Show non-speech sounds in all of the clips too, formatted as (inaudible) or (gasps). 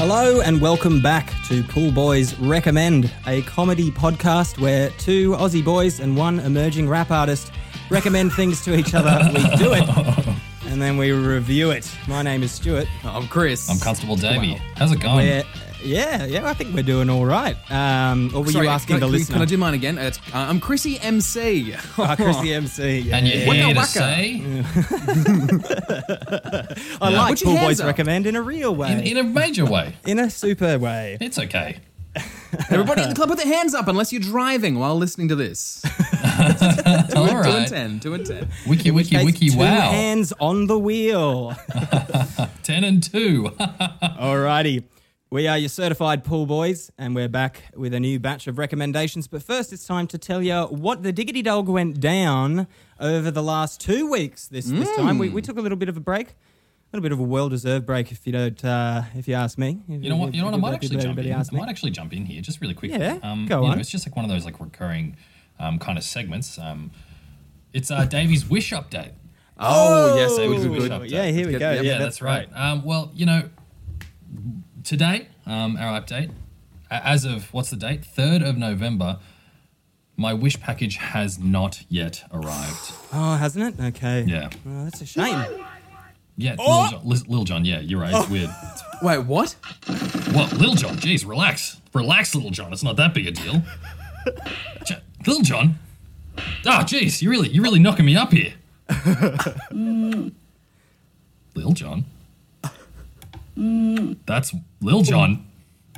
Hello and welcome back to Pool Boys Recommend, a comedy podcast where two Aussie boys and one emerging rap artist recommend things to each other. We do it (laughs) and then we review it. My name is Stuart. I'm Chris. I'm Constable Davey. How's it going? Oh, Yeah, yeah, yeah. I think we're doing all right. Um, or were Sorry, you asking can, I- the can, I- listener? Can I do (laughs) mine again? It's, uh, I'm Chrissy MC. Ah, Chris (laughs) the MC. Yeah, And you're yeah, Waka here to waka. say, yeah. I like Put your Pool hands Boys up. Recommend in a real way, in, in, in a major way, a super way. it's okay. Everybody in the club, put their hands up unless you're driving while listening to this. All Two and right. ten. Two and ten. Wiki, wiki, Takes wiki, two wow. hands on the wheel. 10 and 2. Alrighty. We are your certified pool boys, and we're back with a new batch of recommendations. But first, it's time to tell you what the diggity dog went down over the last two weeks. This this time, we, Mm. we took a little bit of a break, a little bit of a well-deserved break, if you don't, uh, if you ask me. (laughs) You know what? You know what? I might actually jump in. I Ask me. might actually jump in here just really quickly. Yeah, um, go you on. Know, it's just like one of those like recurring um, kind of segments. Um, it's uh, Davey's wish update. Oh, yes, that was Ooh. good. update. Yeah, here we Let's go. get- Yeah, yeah, that's, right. Um, well, you know, today, um, our update, a- as of what's the date? 3rd of November, my wish package has not yet arrived. Oh, hasn't it? Okay. Yeah. Oh, that's a shame. Yeah, Lil, John, Liz- Lil John. Yeah, you're right. It's weird. Wait, what? Well, Lil John, jeez, relax. Relax, Lil John. It's not that big a deal. J- Lil John? Ah, jeez, you really, you're really knocking me up here. Lil John? That's Lil John.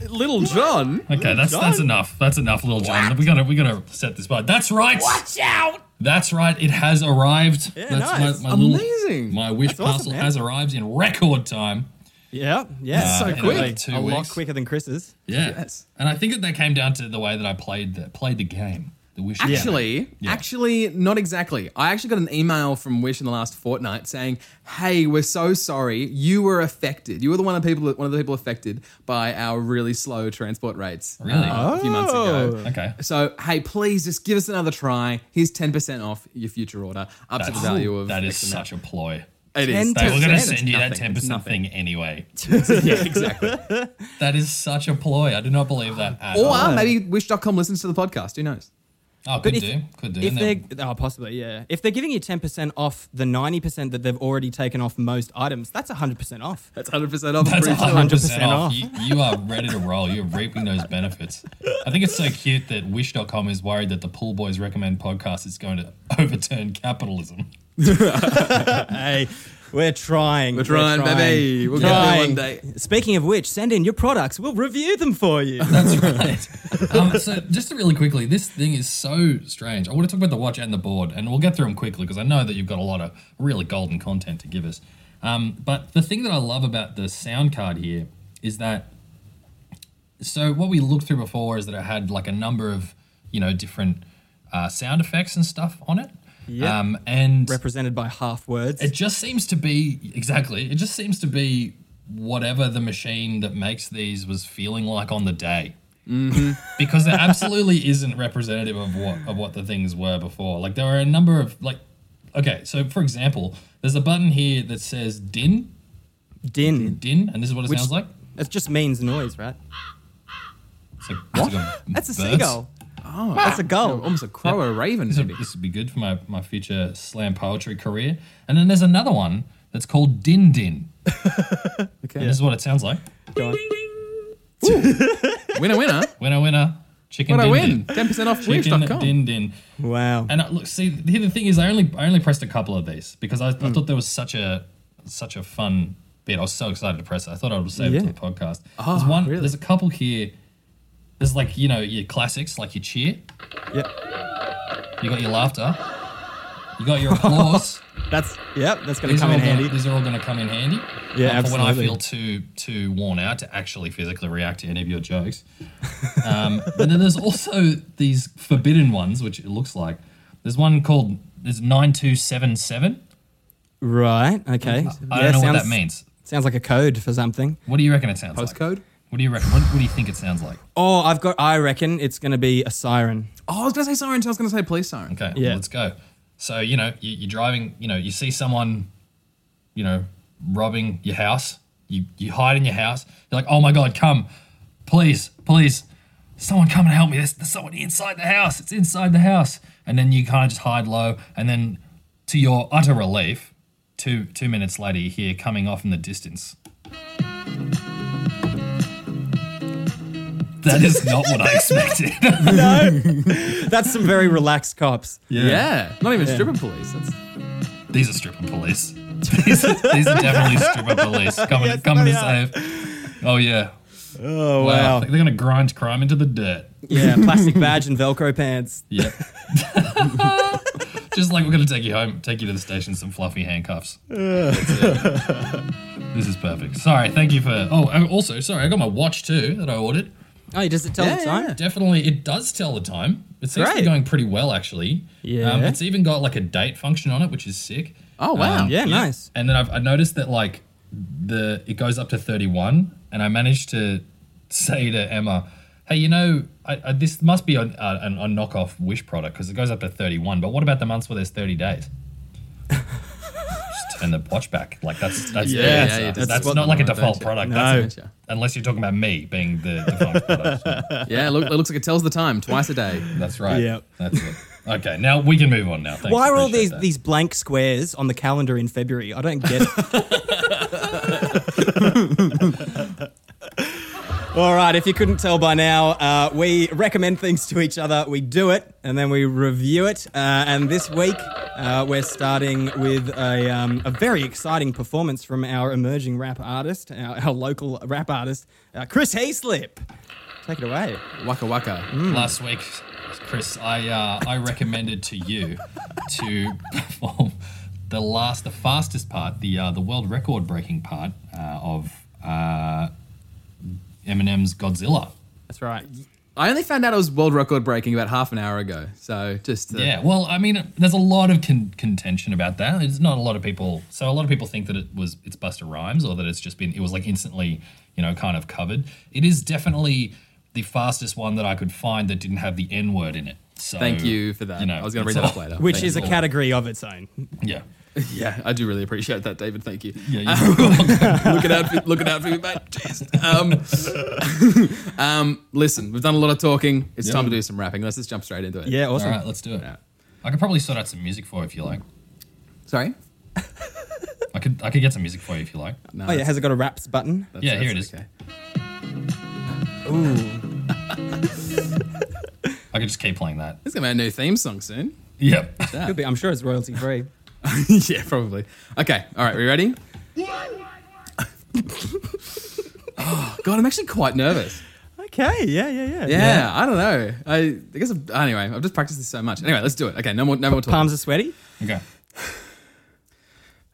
Little John. Okay, that's that's enough. That's enough, Lil John. We gotta we gotta set this bar. That's right. Watch out. That's right. It has arrived. Yeah, that's nice. my, my little- Amazing. my wish awesome, parcel man. has arrived in record time. Yeah. Yeah. so in quick. only two a lot weeks. quicker than Chris's. Yeah. Yes. And I think that that came down to the way that I played the played the game. The wish. game. Actually, actually, not exactly. I actually got an email from Wish in the last fortnight saying, "Hey, we're so sorry. You were affected. You were the one of the people, one of the people affected by our really slow transport rates. Really? uh, a few months ago. Oh. Okay. So hey, please just give us another try. Here's ten percent off your future order, up to the That's- value of that is X amount. such a ploy. It is. 10%. They were going to It's send you that nothing. ten It's percent nothing. thing anyway. (laughs) yeah, exactly. (laughs) That is such a ploy. I do not believe that at Or uh, all. maybe Wish.com listens to the podcast. Who knows? Oh, could if- do, could do. If And they're then- oh, possibly yeah, if they're giving you ten percent off the ninety percent that they've already taken off most items, that's hundred percent off. That's hundred percent off. (laughs) that's Pretty sure. 100% 100% off. off. You, you are ready to roll. You're reaping those benefits. I think it's so cute that Wish.com is worried that the Pool Boys Recommend podcast is going to (laughs) overturn capitalism. (laughs) hey, we're trying. We're trying, baby. We'll get there one day. Speaking of which, send in your products. We'll review them for (laughs) you. (laughs) um, so just really quickly, this thing is so strange. I want to talk about the watch and the board, and we'll get through them quickly because I know that you've got a lot of really golden content to give us. Um, but the thing that I love about the sound card here is that. So what we looked through before is that it had like a number of you know different uh, sound effects and stuff on it. Yeah. Um, and Represented by half words. it just seems to be exactly. It just seems to be whatever the machine that makes these was feeling like on the day, Mm-hmm. (laughs) because it absolutely isn't representative of what of what the things were before. Like there are a number of like, okay, so for example, there's a button here that says din Din. din, and this is what it Which- sounds like. That just means noise, right? It's like, it's like (laughs) a That's a birds. seagull. Oh, that's a gull. Almost a crow or a raven, This would, maybe. this would be good for my, my future slam poetry career. And then there's another one that's called din (laughs) din. Okay. And this is what it sounds like. Go on. Winner, (laughs) winner. Winner, winner, chicken. What I din win? din. Ten percent off Chicken Wish.com. din din. Wow. And uh, look, see, here the thing is, I only I only pressed a couple of these because I, Hmm. I thought there was such a such a fun bit. I was so excited to press it. I thought I would save it Yeah. to the podcast. there's one. Ah, really? There's a couple here. There's like you know your classics, like your cheer. Yep. You got your laughter. You (laughs) got your applause. That's yep. That's going to These come are in all gonna- handy. these are all going to come in handy. Yeah, um, For when I absolutely. feel too too worn out to actually physically react to any of your jokes. Um, (laughs) but then there's also these forbidden ones, which it looks like. There's one called there's nine two seven seven. Right. Okay. I Yeah, don't know what that sounds- means. Sounds like a code for something. What do you reckon it sounds like? Postcode. What do you reckon? What, what do you think it sounds like? Oh, I've got. I reckon it's going to be a siren. Oh, I was gonna say siren. too. I was gonna say police siren. Okay, Yeah. well, let's go. So you know you, you're driving. You know you see someone, you know, robbing your house. You you hide in your house. You're like, oh my god, come, please, please, someone come and help me. There's, there's someone inside the house. It's inside the house. And then you kind of just hide low. And then to your utter relief, two two minutes later, you hear coming off in the distance. That is not what I expected. That's some very (laughs) relaxed cops. Yeah. Not even stripper police. That's, These are stripper police. these, are, these are definitely stripper police coming, Yes, coming to they are. save. Oh yeah. Oh Wow. They're gonna grind crime into the dirt. Yeah, plastic badge and Velcro pants. Yep. Just like we're gonna take you home, take you to the station, some fluffy handcuffs. That's it. this is perfect. Sorry, thank you for. Oh, and also, sorry, I got my watch too that I ordered. Oh, does it tell Yeah, the yeah, time? yeah. (laughs) Definitely, it does tell the time. It seems to Great. be going pretty well actually. Yeah. Um, it's even got like a date function on it, which is sick. oh wow. Um, Yeah, nice. And then I've I noticed that like the it goes up to 31, and I managed to (laughs) say to Emma, "Hey, you know, I, I, this must be a, a, a knockoff Wish product because it goes up to 31. But what about the months where there's 30 days?" Just Turn the watch back. Like that's that's Yeah, the yeah, answer. yeah, that's that's, what not they like a want, default don't you? product. No. That's unless you're talking about me being the default product. Yeah, look, it looks like it tells the time twice a day. That's right. Yep. That's it. Okay, now we can move on now. Thanks. Why are all Appreciate these that. these blank squares on the calendar in February? I don't get it. all right, if you couldn't tell by now, uh, we recommend things to each other. We do it, and then we review it. Uh, and this week, uh, we're starting with a, um, a very exciting performance from our emerging rap artist, our, our local rap artist, uh, Chris Heaslip. Take it away. Waka waka. last week, Chris, I uh, I recommended to you to perform the last, the fastest part, the uh, the world record breaking part uh, of uh, Eminem's Godzilla. That's right. I only found out it was world record breaking about half an hour ago. So just uh, Yeah, well, I mean, there's a lot of con- contention about that. There's not a lot of people. So a lot of people think that it was it's Buster Rhymes or that it's just been it was like instantly, you know, kind of covered. It is definitely the fastest one that I could find that didn't have the N word in it. So Thank you for that. you know, I was going to it's read that up all- later. Which Thank is a you. category of its own. (laughs) Yeah. yeah. I do really appreciate that, David. Thank you. Yeah, (laughs) you're welcome. look it out, for, look it out for me, mate. Jeez. Um, (laughs) um, listen, we've done a lot of talking. It's time to do some rapping. Let's just jump straight into it. Yeah, All awesome. right, let's do it. I could probably sort out some music for you if you like. Oh, Sorry. I could I could get some music for you if you like. No, Oh yeah, that's- has it got a raps button? that's- Yeah, here that's it is. okay. I could just keep playing that. It's gonna be a new theme song soon. Yep. Could be. I'm sure it's royalty free. (laughs) yeah, probably. Okay. All right. We ready? oh God, I'm actually quite nervous. (laughs) okay. Yeah. Yeah. Yeah. Yeah, I don't know. I, I guess I've, anyway, I've just practiced this so much. Anyway, let's do it. Okay, no more, no more talking. Palms are sweaty. (laughs) Okay.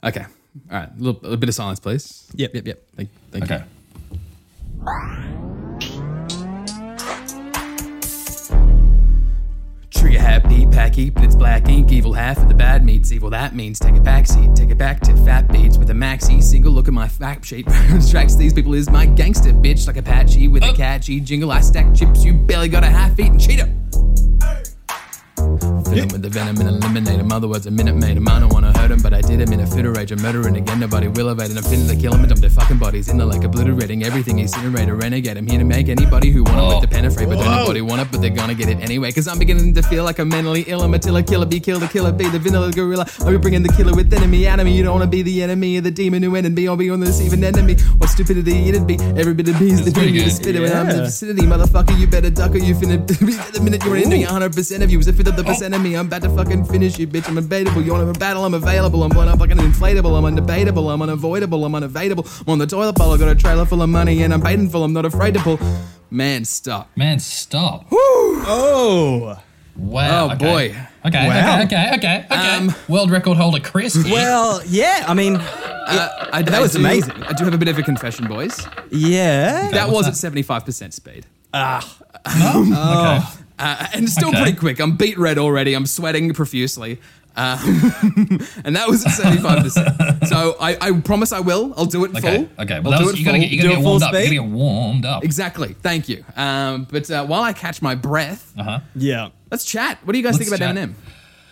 Okay, all right. A little, a bit of silence, please. Yep. Yep, yep. Thank, thank Okay. you. Trigger happy, pack heat, but it's black ink. Evil half of the bad meets evil. That means take a backseat, take it back to fat beats with a maxi. Single look at my fact sheet. (laughs) Tracks these people is my gangster bitch like Apache with a catchy jingle. I stack chips, you barely got a half eaten cheetah. Fill 'em with the venom and eliminate 'em. Other words, a minute made 'em. I don't wanna hurt 'em, but I did 'em in a fit of rage. I'm murdering again. Nobody will evade, and I'm finna to kill 'em and dump their fucking bodies in the lake, obliterating everything. Incinerate a renegade. I'm here to make anybody who want it with the pen afraid, but don't nobody want it, but they're gonna get it anyway. Cause I'm beginning to feel like I'm mentally ill. I'm a tiller, killer, be killed, a killer, be the vanilla gorilla. I'll be bringing the killer with enemy out of me. You don't wanna be the enemy of the demon who ended me. I'll be on this even enemy. What stupidity it'd be. Every bit of me is the pretty dream you good. spit it when I'm in the Yeah. vicinity. Motherfucker, you better duck or you finna. (laughs) the minute you're in me, 100% of you is a fifth of the percent of me. I'm about to fucking finish you, bitch. I'm unbeatable. You want a battle? I'm available. I'm blown up like an inflatable. I'm undebatable. I'm unavoidable. I'm unavailable. I'm on the toilet bowl. I got a trailer full of money and I'm baiting full. I'm not afraid to pull. Man, stop. Man, stop. Oh. Wow. Oh, okay. boy. Okay, Wow. okay, okay, okay, okay. Um, World record holder Chris. (laughs) Well. Yeah. I mean. Uh, I, That I was do- amazing. I do have a bit of a confession, boys. Yeah. Ah, That was what's at 75% speed. okay. Uh, and still Okay. pretty quick. I'm beat red already. I'm sweating profusely. Um, (laughs) and that was at 75%. so I, I promise I will. I'll do it Okay. full. Okay. I'll Well, that was, you gotta get you Do gotta it get full warmed up. You speed. gotta get warmed up. Exactly. Thank you. Um, but uh, while I catch my breath, Uh-huh. Yeah. let's chat. What do you guys think Let's about chat. Eminem?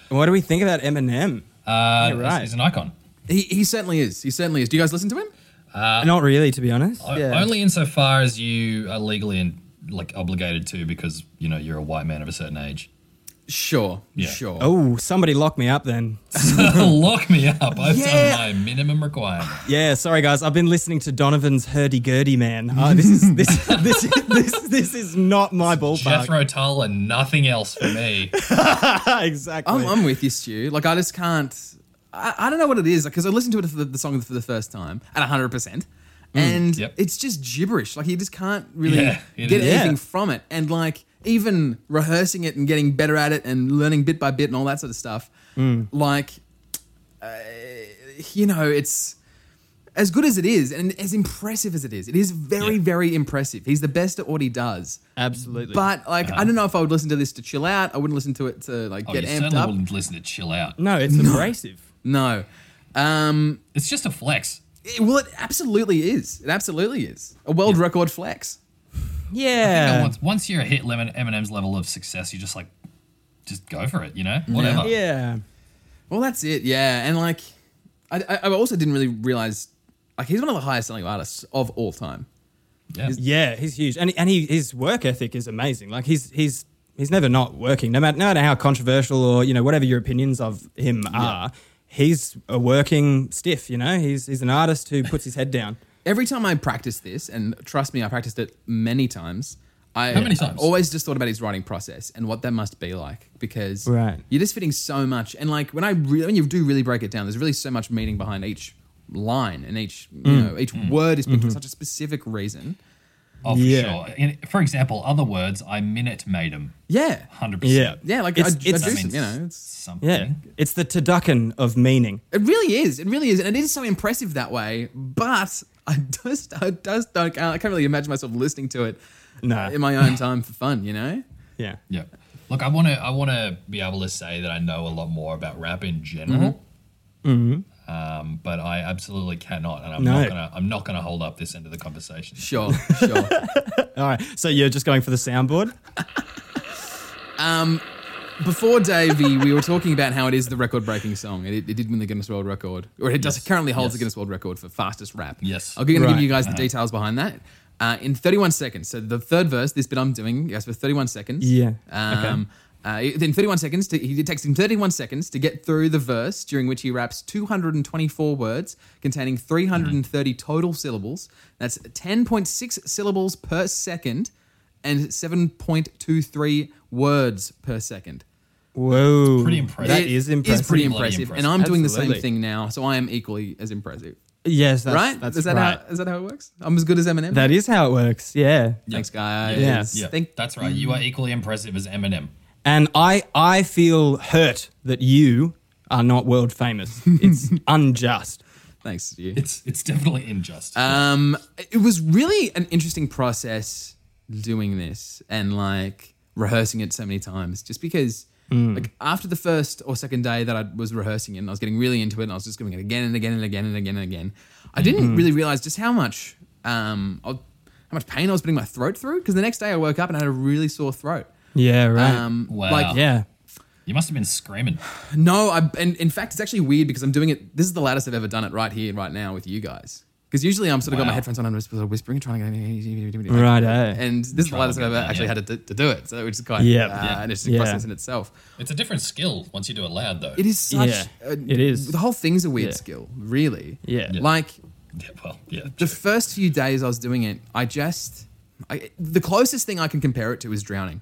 What do we think about Eminem? Uh You're right. he's an icon. He, he certainly is. He certainly is. Do you guys listen to him? Not really, to be honest. O- Yeah. Only insofar as you are legally and like obligated to because you know you're a white man of a certain age. (laughs) Sure, Yeah. sure. Oh, somebody lock me up then. Lock me up. I've Yeah. done my minimum requirement. Yeah, sorry guys. I've been listening to Donovan's hurdy gurdy man. Uh, this is (laughs) this this this this is not my ballpark. Jethro Tull and nothing else for me. (laughs) exactly. I'm, I'm with you, Stu. Like, I just can't. I, I don't know what it is because I listened to it for the, the song for the first time at 100, percent and Mm, yep. it's just gibberish. Like, you just can't really Yeah, it get is. anything Yeah. from it. And like, even rehearsing it and getting better at it and learning bit by bit and all that sort of stuff. Mm. Like, uh, you know, it's as good as it is and as impressive as it is. It is very, Yeah. very impressive. He's the best at what he does. Absolutely. But like, I don't know if I would listen to this to chill out. I wouldn't listen to it to like Uh-huh. Oh, get you amped certainly up. wouldn't listen to Chill Out. no, it's abrasive. No. Um, It's just a flex. it- well, it absolutely is. It absolutely is. A world record flex. And Yeah. once, once you're hit Lemon Eminem's level of success, you just like, just go for it. You know, whatever. Yeah. Well, that's it. Yeah. And like, I, I, I also didn't really realize, like, he's one of the highest selling artists of all time. Yeah. Yeah, he's huge, and and he, his work ethic is amazing. Like he's he's he's never not working, no matter no matter how controversial or you know whatever your opinions of him are. He's a working stiff, you know. He's he's an artist who puts his head (laughs) down. Every time I practiced this, and trust me, I practiced it many times. I How many times? always just thought about his writing process and what that must be like because Right. you're just fitting so much. And like when I re- when you do really break it down, there's really so much meaning behind each line and each Mm. you know each word is put Mm-hmm. for such a specific reason. Oh, for Yeah. sure. In, for example, other words, I minute made him. Yeah, 100%. yeah. Like It's- I, it's- I do, that some- means you know, it's Something. Yeah, it's the Tadukan of meaning. It really is. It really is, and it is so impressive that way. But I just, I just don't. I can't really imagine myself listening to it Nah. in my own time for fun. You know. Yeah, Yeah. Look, I want to. I want to be able to say that I know a lot more about rap in general. Um, but I absolutely cannot, and I'm No. not gonna. I'm not gonna hold up this end of the conversation. Sure, sure. All right. So you're just going for the soundboard? Before Davey, we were talking about how it is the record-breaking song, and it, it did win the Guinness World Record, or it does currently holds the Yes. Guinness World Record for fastest rap. Yes. Uh-huh. I'm going to give Right. you guys the details behind that uh, in 31 seconds. So the third verse, this bit I'm doing, yes, for 31 seconds. Yeah. Um, uh, then 31 seconds. To, he- it takes him 31 seconds to get through the verse, during which he raps 224 words containing 330 Mm. total syllables. That's 10.6 syllables per second and 7.23 words per second. Whoa. Pretty impressive. That It is impressive. pretty Bloody impressive. impressive. And I'm doing the same Absolutely. thing now, so I am equally as impressive. yes, that's, right? That's is that right. how is that how it works? I'm as good as Eminem. that is how it works. Yeah. Thanks, guys. Yeah. Yeah, Thank- that's right. You are equally impressive as Eminem. And I I feel hurt that you are not world famous. (laughs) It's unjust. thanks to you. It's it's definitely unjust. Uh, Um, it was really an interesting process doing this and like rehearsing it so many times, just because like after the first or second day that I was rehearsing it, and I was getting really into it, and I was just doing it again and again and again and again and again. I didn't really realize just how much um I, how much pain I was putting my throat through because the next day I woke up and I had a really sore throat. Yeah. Right. Um, Wow. like yeah. you must have been screaming. no, I, and in fact, it's actually weird because I'm doing it. This is the loudest I've ever done it right here, right now with you guys. Because usually I'm sort of got my Wow. headphones on and I'm just whispering, trying to get Right, eh? And this is the Trying loudest to I've ever get that, actually yeah. had to, to do it, so which is quite Yeah. uh, Yeah. an interesting Yeah. process in itself. It's a different skill once you do it loud, though. It is such. Yeah, a- it is. The whole thing's a weird Yeah. skill, really. Yeah. Yeah. Like Yeah, well, yeah. the first few days I was doing it, I just, I, the closest thing I can compare it to is drowning,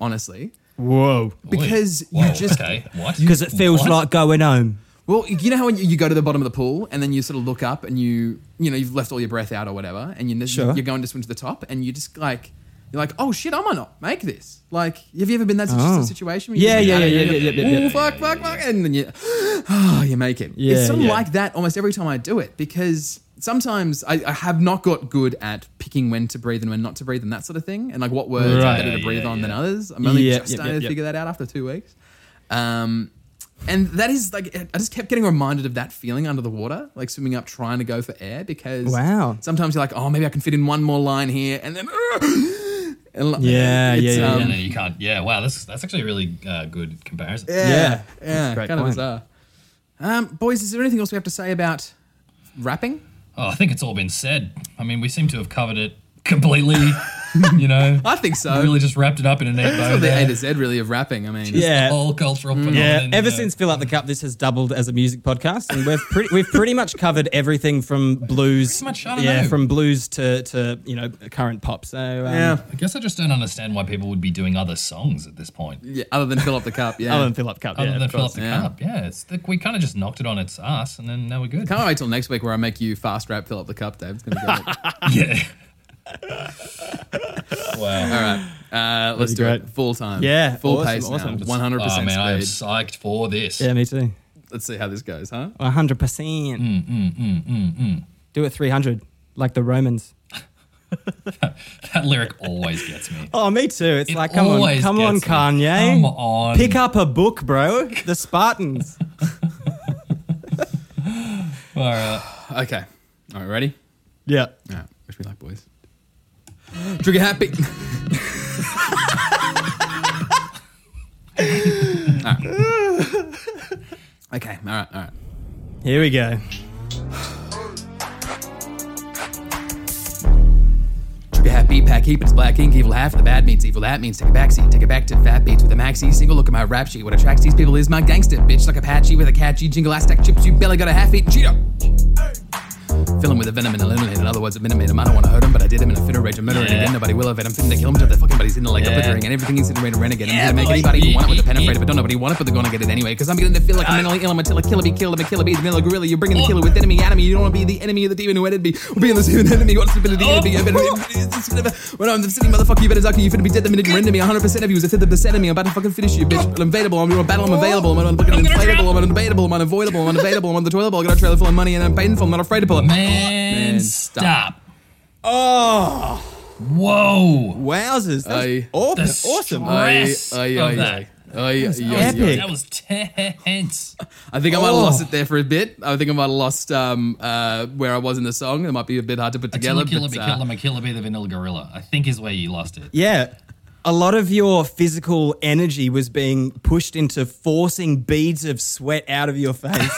honestly. Whoa. Wait. because you Whoa, just- okay. What? Because it feels What? like going home. Well, you know how when you you go to the bottom of the pool and then you sort of look up and you you know you've left all your breath out or whatever, and you Sure. you're going to swim to the top and you just like you're like, oh shit, I might not make this. Like, have you ever been in that situ- Oh. situation? Yeah, just- yeah, yeah, "Oh, yeah, yeah, yeah, yeah, yeah, fuck, fuck, fuck, and then you, (sighs) oh, you make it. Yeah, it's sort of yeah. like that almost every time I do it because sometimes I, I have not got good at picking when to breathe and when not to breathe and that sort of thing, and like what words Right. are better to Yeah, breathe yeah, on than yeah. others. I'm only Yeah, just yep, starting yep, to yep. figure that out after two weeks. Um, and that is like I just kept getting reminded of that feeling under the water, like swimming up trying to go for air because Wow. Sometimes you're like, oh, maybe I can fit in one more line here, and then (gasps) and like- Yeah, it's, um, yeah, yeah, and then you can't. Yeah, wow. That's that's actually a really uh, good comparison. yeah, Yeah. yeah, Great kind of point. bizarre. Um, boys, is there anything else we have to say about rapping? Oh, Oh, I think it's all been said. I mean, we seem to have covered it completely. (laughs) you know, I think so. really just wrapped it up in a neat bow. Sort of the A there. to Z really of rapping. I mean, Yeah. All cultural Mm. phenomenon. Yeah, ever you know. since Fill Up the Cup, this has doubled as a music podcast, and we've pretty, (laughs) we've pretty much covered everything from blues, Pretty much, I don't yeah, know. from blues to, to you know current pop. So um, yeah, I guess I just don't understand why people would be doing other songs at this point. yeah. Other than fill up the cup, yeah. (laughs) other than Fill Up Cup, Other yeah, than of fill up course. the yeah. cup, yeah. It's the, we kind of just knocked it on its ass, and then now we're good. Can't wait till next week where I make you fast rap, fill up the cup, Dave. It's gonna be (laughs) great. Yeah. (laughs) All right, wow. uh, let's do That'd be it great. full time. Yeah, full awesome, pace awesome. now, one hundred Oh man, I am percent speed. psyched for this. Yeah, me too. Let's see how this goes, huh? One hundred Mm, percent. Do it three hundred, like the Romans. That lyric always gets me. Oh, me too. It's It like, come on, always come on, gets me. Kanye, Come on. pick up a book, bro. The (laughs) Spartans. All right. Okay. All right, ready? yeah. All right. Wish me luck, boys. Trigger happy. (laughs) All right. Okay. All right. All right. Here we go. Trigger happy, pack heap, it's black ink, evil half, the bad means evil that means take a backseat, take it back to fat beats with a maxi, single look at my rap sheet, what attracts these people is my gangster, bitch like Apache with a catchy jingle, I stack chips, you barely got a half eat, cheetah. Fill him with a venom and eliminate In other words, eliminate him. I don't want to hurt him, but I did him in a fit of rage. I'm murdering Yeah. again. Nobody will have it. I'm fitting to kill him till their fucking body's in the lake. I'm Yeah. littering and everything is in the rain and renegade. I'm Yeah, gonna make boy. anybody who want it with a pen (laughs) Yeah. afraid of it. Don't nobody want it, but they're gonna get it anyway. Cause I'm beginning to feel like I'm mentally ill. I'm a killer, killer, be killed. I'm a killer, be the miller gorilla. You're Oh. bringing the killer with enemy anatomy. You don't want to be the enemy of the demon who ended me. We're being this human enemy. What's the ability to Oh. be? When I'm the city motherfucker, you better duck. You finna be dead the minute you render me. 100% of you is a fifth of the set of me. I'm about to fucking finish you, bitch. I'm invadable. I'm your battle. I'm available. I'm fucking inflatable. I'm undebatable. I'm unavoidable. I'm unavailable. I'm on the toilet bowl. I got a trailer full of money and I'm painful. I'm not afraid to pull it. Man, Man, stop. stop. Oh, Whoa. wowzers! That's Aye. aw- The awesome. stress of Aye, aye, aye, that. aye, aye, aye, epic. aye. That was tense. I think I might have Oh. lost it there for a bit. I think I might have lost um, uh, where I was in the song. It might be a bit hard to put together. Killer, killer, but, be uh, killer, my killer, be the vanilla gorilla. I think is where you lost it. Yeah. A lot of your physical energy was being pushed into forcing beads of sweat out of (laughs) your face.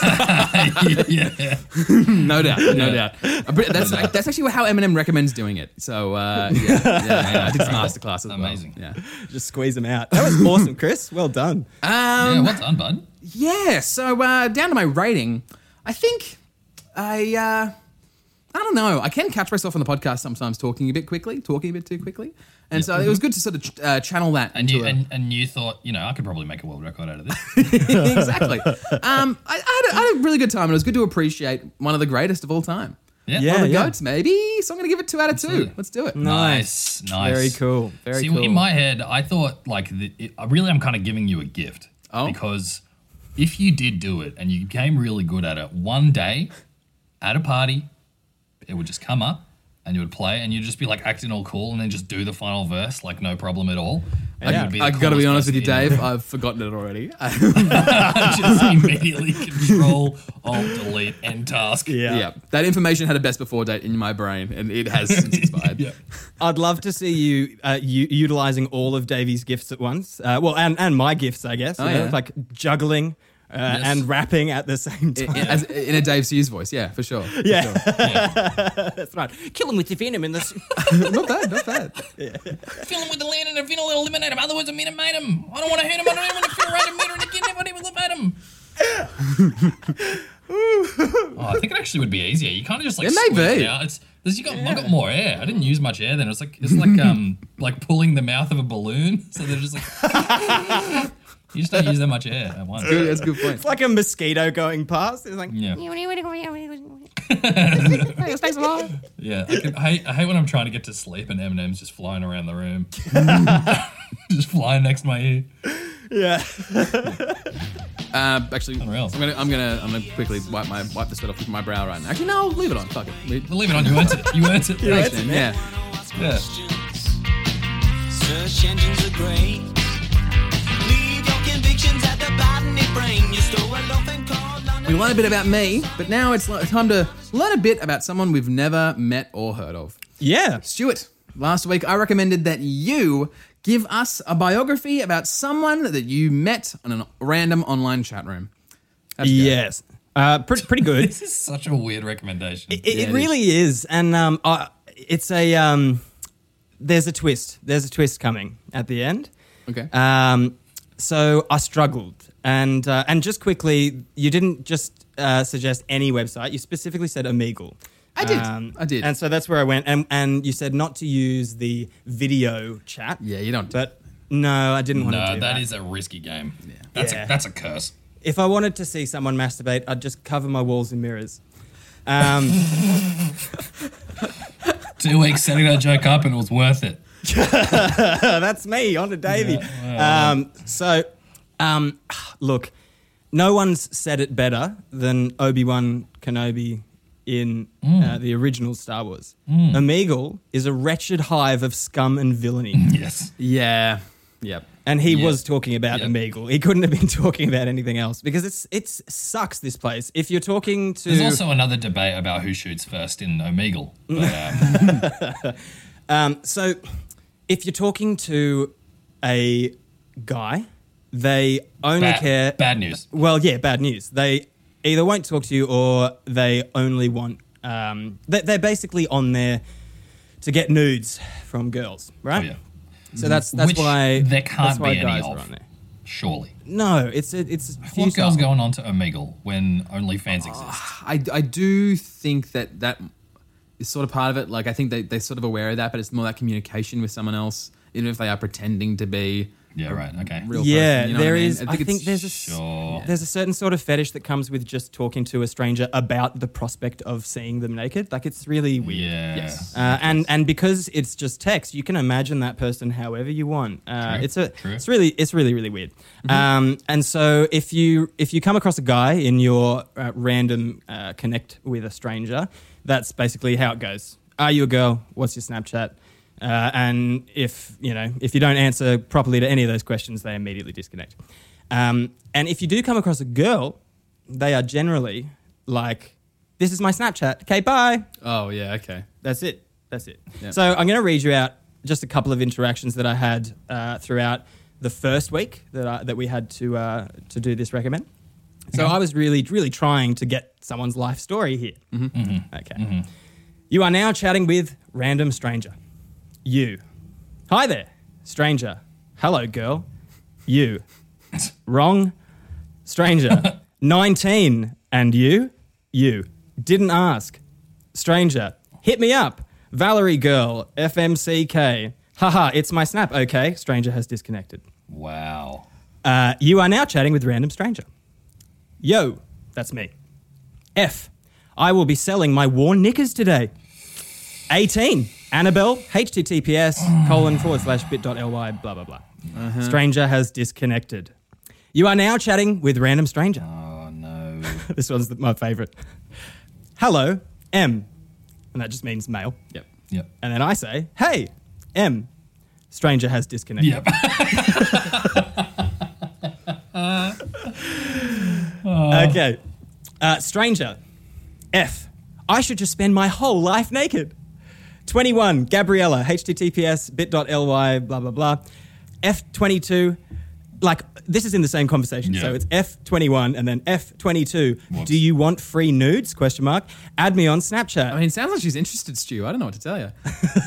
yeah. no doubt, no Yeah. doubt. Uh, but (laughs) That's, that's actually how Eminem recommends doing it. So uh, yeah, yeah, yeah, I did some (laughs) masterclass as well. Amazing. Yeah. Just squeeze them out. That was awesome, Chris. Well done. Uh, Um, yeah, well done, bud. Yeah. So uh, down to my rating, I think I. Uh, I don't know. I can catch myself on the podcast sometimes talking a bit quickly, talking a bit too quickly, and so it was good to sort of ch- uh, channel that mm-hmm. And into you a, and, and you thought, you know, I could probably make a world record out of this. (laughs) (laughs) exactly. Um, I, I, had a, I had a really good time, and it was good to appreciate one of the greatest of all time. Yeah. Yeah. One of the goats, maybe. So I'm going to give it two out of two. Let's do it. Nice, nice. Very cool. Very See, cool. in my head, I thought like the, it, I really, I'm kind of giving you a gift Oh. because if you did do it and you became really good at it, one day at a party, it would just come up and you would play and you'd just be like acting all cool and then just do the final verse like no problem at all. And Yeah. you'd be the I got to be coolest honest with person you, in Dave. I've forgotten it (laughs) already. (laughs) Uh, just immediately control, alt, delete, end task. Yeah. yeah, that information had a best before date in my brain, and it has since (laughs) expired. Yeah. I'd love to see you, uh, u- utilizing all of Davey's gifts at once. Uh, well, and, and my gifts, I guess. you Oh, know, yeah. Like juggling uh, and rapping at the same I- time. I- as- in a Dave Hughes voice, yeah, for sure. For Yeah. sure. (laughs) That's right. Kill him with your venom in this. not bad, not bad. (laughs) Fill him with the land and a vinyl, eliminate him. Otherwise, I'm going to mate him. I don't want to hurt him. I don't even want to feel right. I'm murdering again. Nobody will have him. (laughs) oh, I think it actually would be easier. You kind of just like It may squeeze be. it out. It's there's you got I got more air. I didn't use much air then. It's like it's (laughs) like um like pulling the mouth of a balloon. (laughs) So they're just like you just don't use that much air at once. Good, that's a good point. it's (laughs) like a mosquito going past. It's like, Yeah. Yeah. Yeah, I, can, I, hate, I hate when I'm trying to get to sleep and M&M's just flying around (laughs) the room, (laughs) just flying next to my ear. yeah. Uh, actually, I'm Unreal. gonna, I'm gonna, I'm gonna quickly wipe my wipe the sweat off my brow right now. Actually, no, I'll leave it on. Fuck it. We- Leave it on. You earned it. You earned it. Thanks, Thanks, man. man. Yeah. Yeah. Search engines are great. Leave your convictions at the bottom of brain. You stole a loaf and called on We learned a bit about me, but now it's li- time to learn a bit about someone we've never met or heard of. Yeah. Stuart, last week I recommended that you give us a biography about someone that you met on a random online chat room. How'd you go? Yes. Uh, pretty, pretty (laughs) good. This is such a weird recommendation. It, Yeah, it it really is, and um, I it's a um, there's a twist. There's a twist coming at the end. Okay. Um, so I struggled, and uh, and just quickly, you didn't just uh, suggest any website. You specifically said Omegle. I did. I did. um, And so that's where I went, and and you said not to use the video chat. Yeah, you don't- But no, I didn't want to no, do that is a risky game. That's Yeah. a that's a curse. if I wanted to see someone masturbate, I'd just cover my walls in mirrors. Um, Two weeks setting that joke up and it was worth it. (laughs) that's me on to Davey. um, so, um, look, no one's said it better than Obi Wan Kenobi in Hmm. uh, the original Star Wars. Omegle is a wretched hive of scum and (laughs) villainy, Yes. yeah. Yep. and he Yeah. was talking about Yeah. Omegle. He couldn't have been (laughs) talking about anything else because it's it's sucks this place. If you're talking to There's also another debate about who shoots first in Omegle. But, (laughs) um, Um, so, if you're talking to a guy, they only bad, care. bad news. Well, yeah, bad news. They either won't talk to you or they only want. Um, they, they're basically on there to get nudes from girls, right? Oh, yeah. So that's that's Which why there can't that's why be any guys of. are on there. Surely. No, it's it, it's. What futile. girl's going on to Omegle when OnlyFans exist? I, I do think that that is sort of part of it. Like, I think they, they're sort of aware of that, but it's more that communication with someone else, even if they are pretending to be Yeah, right. Okay. real yeah, person, you know what there I mean? is. I think, it's- there's a s- Sure. there's a certain sort of fetish that comes with just talking to a stranger about the prospect of seeing them naked. Like it's really weird. Yeah. Yes. Uh, and and because it's just text, you can imagine that person however you want. Uh, True, it's a true. Mm-hmm. it's really it's really really weird. Um, and so if you if you come across a guy in your uh, random uh, connect with a stranger, that's basically how it goes. Are you a girl? What's your Snapchat? Uh, and if you know if you don't answer properly to any of those questions, they immediately disconnect. Um, and if you do come across a girl, they are generally like, "This is my Snapchat. Okay, bye." Oh, yeah, okay. That's it. That's it. So I'm going to read you out just a couple of interactions that I had uh, throughout the first week that I, that we had to uh, to do this recommend. So I was really really trying to get someone's life story here. Okay. You are now chatting with random stranger. You. Hi there, stranger. Hello, girl. You. Wrong. Stranger. 19. And you? You. Didn't ask. Stranger. Hit me up. Valerie girl. FMCK. Haha, it's my snap. Okay. Stranger has disconnected. Wow. Uh, you are now chatting with random stranger. Yo, that's me. F, I will be selling my worn knickers today. 18, Annabelle, https colon forward slash bit.ly, blah, blah, blah. Uh-huh. Stranger has disconnected. You are now chatting with random stranger. Oh no. (laughs) This one's th- my favorite. Hello, M. And that just means male. Yep. Yep. And then I say, hey, M. Stranger has disconnected. Yep. (laughs) Okay. Uh, stranger. F. I should just spend my whole life naked. 21. Gabriella. HTTPS bit.ly, blah, blah, blah. F22. Like, this is in the same conversation. Yeah. So it's F21 and then F22. Whoops. Do you want free nudes? Question mark. Add me on Snapchat. I mean, it sounds like she's interested, Stu. I don't know what to tell you.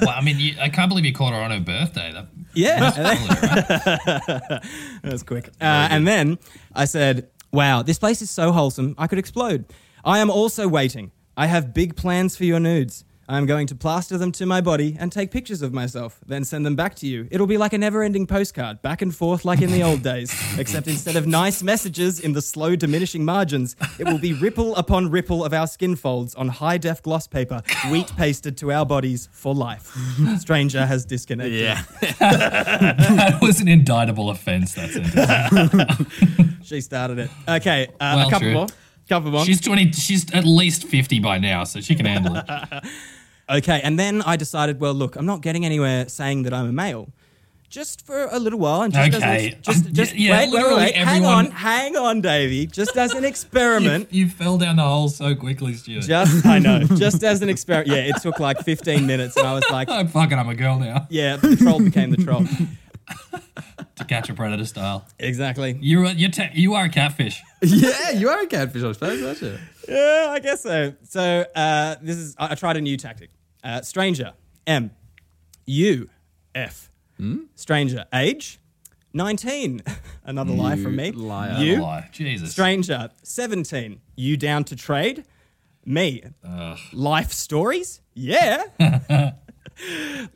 well, I mean, you, I can't believe you caught her on her birthday. That, yeah. Totally, right? (laughs) That's quick. Uh, and then I said, Wow, this place is so wholesome, I could explode. I am also waiting. I have big plans for your nudes. I am going to plaster them to my body and take pictures of myself, then send them back to you. It'll be like a never ending postcard, back and forth like in the old days, except instead of nice messages in the slow diminishing margins, it will be ripple upon ripple of our skin folds on high def gloss paper, wheat pasted to our bodies for life. Stranger has disconnected. that was an indictable offence. That sentence. She started it. Okay, uh, Well, a couple true. more. Couple more. She's twenty. She's at least fifty by now, so she can handle it. Okay, and then I decided, well, look, I'm not getting anywhere saying that I'm a male. Just for a little while, and just Okay. as an, just, Um, just y- yeah, wait, wait, wait, literally wait. hang everyone- on, hang on, Davey. Just as an You, experiment, (laughs) you fell down the hole so quickly, Stuart. just I know, just as an experiment. Yeah, it took like (laughs) 15 minutes, and I was like, oh, fuck it, I'm a girl now. (laughs) yeah, the troll became the troll. Catch a predator style. Exactly. You're a, you're te- you are a catfish. yeah, you are a catfish, I suppose, aren't you? Yeah, I guess so. So uh, this is I, I tried a new tactic. Uh, stranger M U F. Hmm? Stranger age nineteen. (laughs) Another lie from me. liar. You Lie. Jesus. stranger seventeen. You down to trade? Me. Life stories? (laughs) Yeah.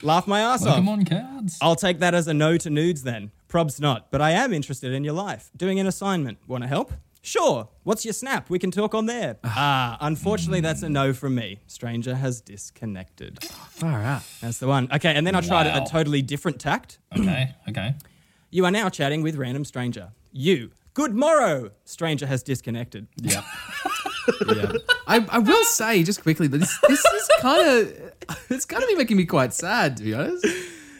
Laugh my ass off. Pokemon cards. I'll take that as a no to nudes then. Probs not, but I am interested in your life. Doing an assignment. Want to help? Sure. What's your snap? We can talk on there. ah, unfortunately, that's a no from me. Stranger has disconnected. Far out. That's the one. Okay, and then I tried a- Wow. a totally different tact. Okay. Okay. You are now chatting with random stranger. You. Good morrow. Stranger has disconnected. Yeah. yeah. I, I will say just quickly that this, this is kind of it's kind of making me quite sad to be honest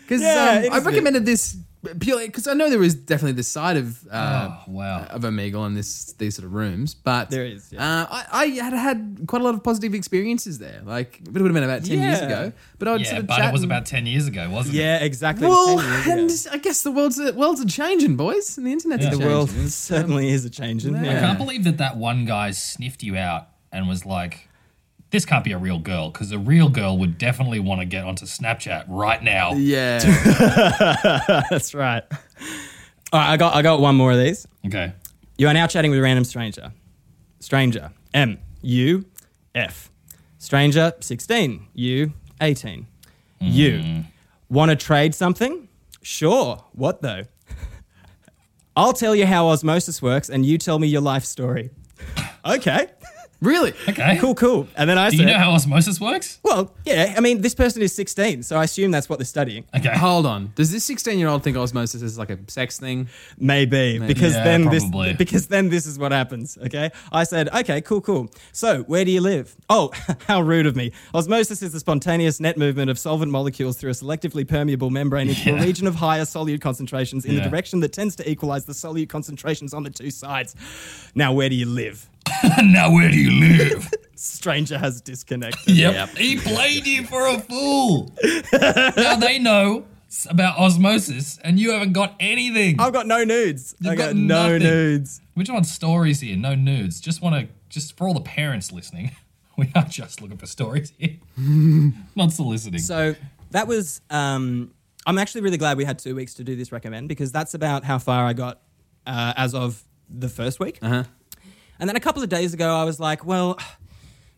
because Yeah, it um, I is a bit. recommended this purely because I know there is definitely this side of uh, Oh, wow. of Omegle in this these sort of rooms, but There is, yeah. uh, I, I had had quite a lot of positive experiences there. Like it would have been about ten years Yeah. ago, but I would sort Yeah, of but chat it was and- about ten years ago, wasn't it? Yeah, exactly. Well, 10 years ago. and I guess the world's a, world's a changing, boys, and the internet's the a-changing. world certainly is a changing. Yeah. I Yeah. (laughs) can't believe that that one guy sniffed you out and was like, "This can't be a real girl," because a real girl would definitely want to get onto Snapchat right now. Yeah, That's right. All right, I got I got one more of these. Okay. You are now chatting with a random stranger. Stranger. M. U. F. Stranger 16. U. 18. Hmm. U. Want to trade something? Sure. What though? (laughs) I'll tell you how osmosis works and you tell me your life story. (laughs) Okay. really. Okay. Cool, cool. And then I Do said, you know how osmosis works? well, yeah, I mean, this person is 16, so I assume that's what they're studying. Okay. Hold on. Does this 16 year old think osmosis is like a sex thing? Maybe, because Yeah, then probably. this (laughs) because then this is what happens. Okay, I said, okay, cool, cool. So where do you live? Oh, (laughs) how rude of me. Osmosis is the spontaneous net movement of solvent molecules through a selectively permeable membrane into a region of higher solute concentrations in Yeah. the direction that tends to equalize the solute concentrations on the two sides. Now where do you live? (laughs) now where do you live? Stranger has (laughs) disconnected. Yep. He played you for a (laughs) fool. now they know s- about osmosis and you haven't got anything. I've got no nudes. I got, got no nothing. nudes. We're just on stories here, no nudes. Just want to, just for all the parents listening, (laughs) we are just looking for stories (laughs) here. Not soliciting. So that was. Um, I'm actually really glad we had two weeks to do this recommend because that's about how far I got uh, as of the first week. Uh-huh. And then a couple of days ago, I was like, well,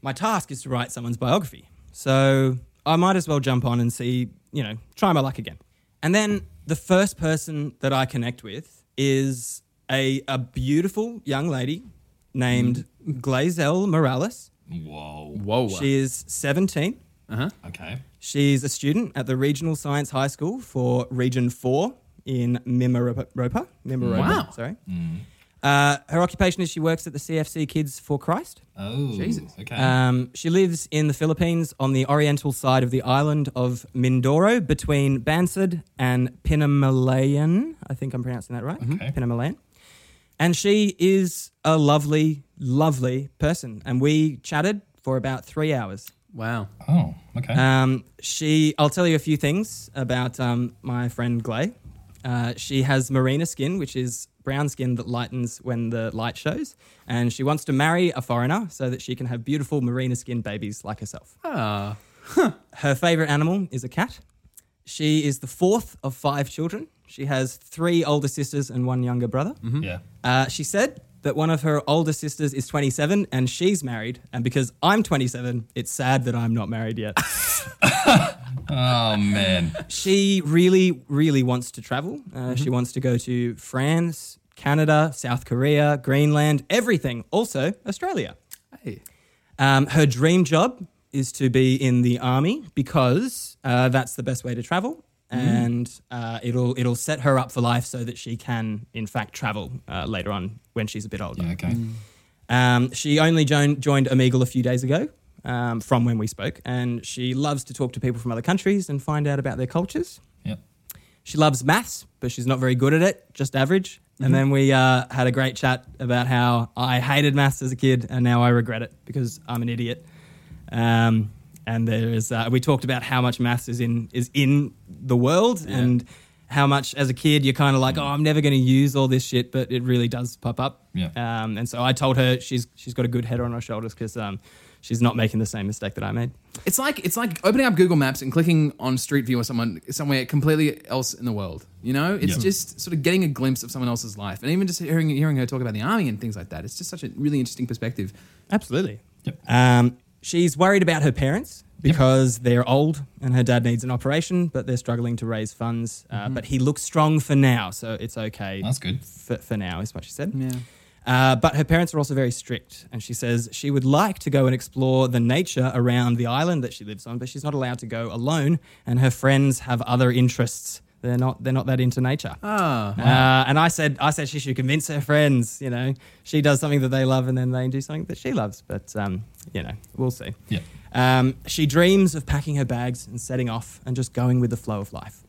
my task is to write someone's biography. So I might as well jump on and see, you know, try my luck again. And then the first person that I connect with is a, a beautiful young lady named Glazel Morales. Whoa. Whoa. She is 17. Okay. She's a student at the Regional Science High School for Region 4 in Mimaropa. Mimaropa, Wow. sorry. Uh, her occupation is she works at the CFC Kids for Christ. Oh. Jesus. Okay. Um, she lives in the Philippines on the oriental side of the island of Mindoro between Bansad and Pinamalayan. I think I'm pronouncing that right. Okay. Pinamalayan. And she is a lovely, lovely person. And we chatted for about three hours. Wow. oh. Okay. Um, she, I'll tell you a few things about um, my friend Glay. Uh, she has marina skin, which is brown skin that lightens when the light shows, and she wants to marry a foreigner so that she can have beautiful marina skin babies like herself. Ah. Her favorite animal is a cat. She is the fourth of five children. She has three older sisters and one younger brother. yeah. Uh, she said that one of her older sisters is 27 and she's married, and because I'm 27, it's sad that I'm not married yet. Oh (laughs) man. she really, really wants to travel. Uh, She wants to go to France, Canada, South Korea, Greenland, everything. Also, Australia. Hey. Um, her dream job is to be in the army because uh, that's the best way to travel. And uh, it'll it'll set her up for life so that she can in fact travel uh, later on when she's a bit older. Yeah. Okay. Um, she only joined, joined Omegle a few days ago um, from when we spoke, and she loves to talk to people from other countries and find out about their cultures. Yep. She loves maths, but she's not very good at it, just average. And then we uh, had a great chat about how I hated maths as a kid and now I regret it because I'm an idiot. Um, and there is, uh, we talked about how much maths is in is in the world and how much as a kid you're kind of like, oh, I'm never going to use all this shit, but it really does pop up. Yeah. Um, and so I told her she's she's got a good head on her shoulders because um, she's not making the same mistake that I made. It's like it's like opening up Google Maps and clicking on Street View or someone somewhere completely else in the world. You know, it's Yeah. just sort of getting a glimpse of someone else's life, and even just hearing hearing her talk about the army and things like that. It's just such a really interesting perspective. Absolutely. Yep. Um, she's worried about her parents because they're old and her dad needs an operation, but they're struggling to raise funds. Uh, But he looks strong for now, so it's okay. Mm-hmm. That's good. For, for now, is what she said. Yeah. Uh, but her parents are also very strict, and she says she would like to go and explore the nature around the island that she lives on, but she's not allowed to go alone, and her friends have other interests. They're not, they're not that into nature. Ah, Uh, and I said, I said she should convince her friends. You know, she does something that they love, and then they do something that she loves. But um, you know, we'll see. Yeah. Um, she dreams of packing her bags and setting off and just going with the flow of life.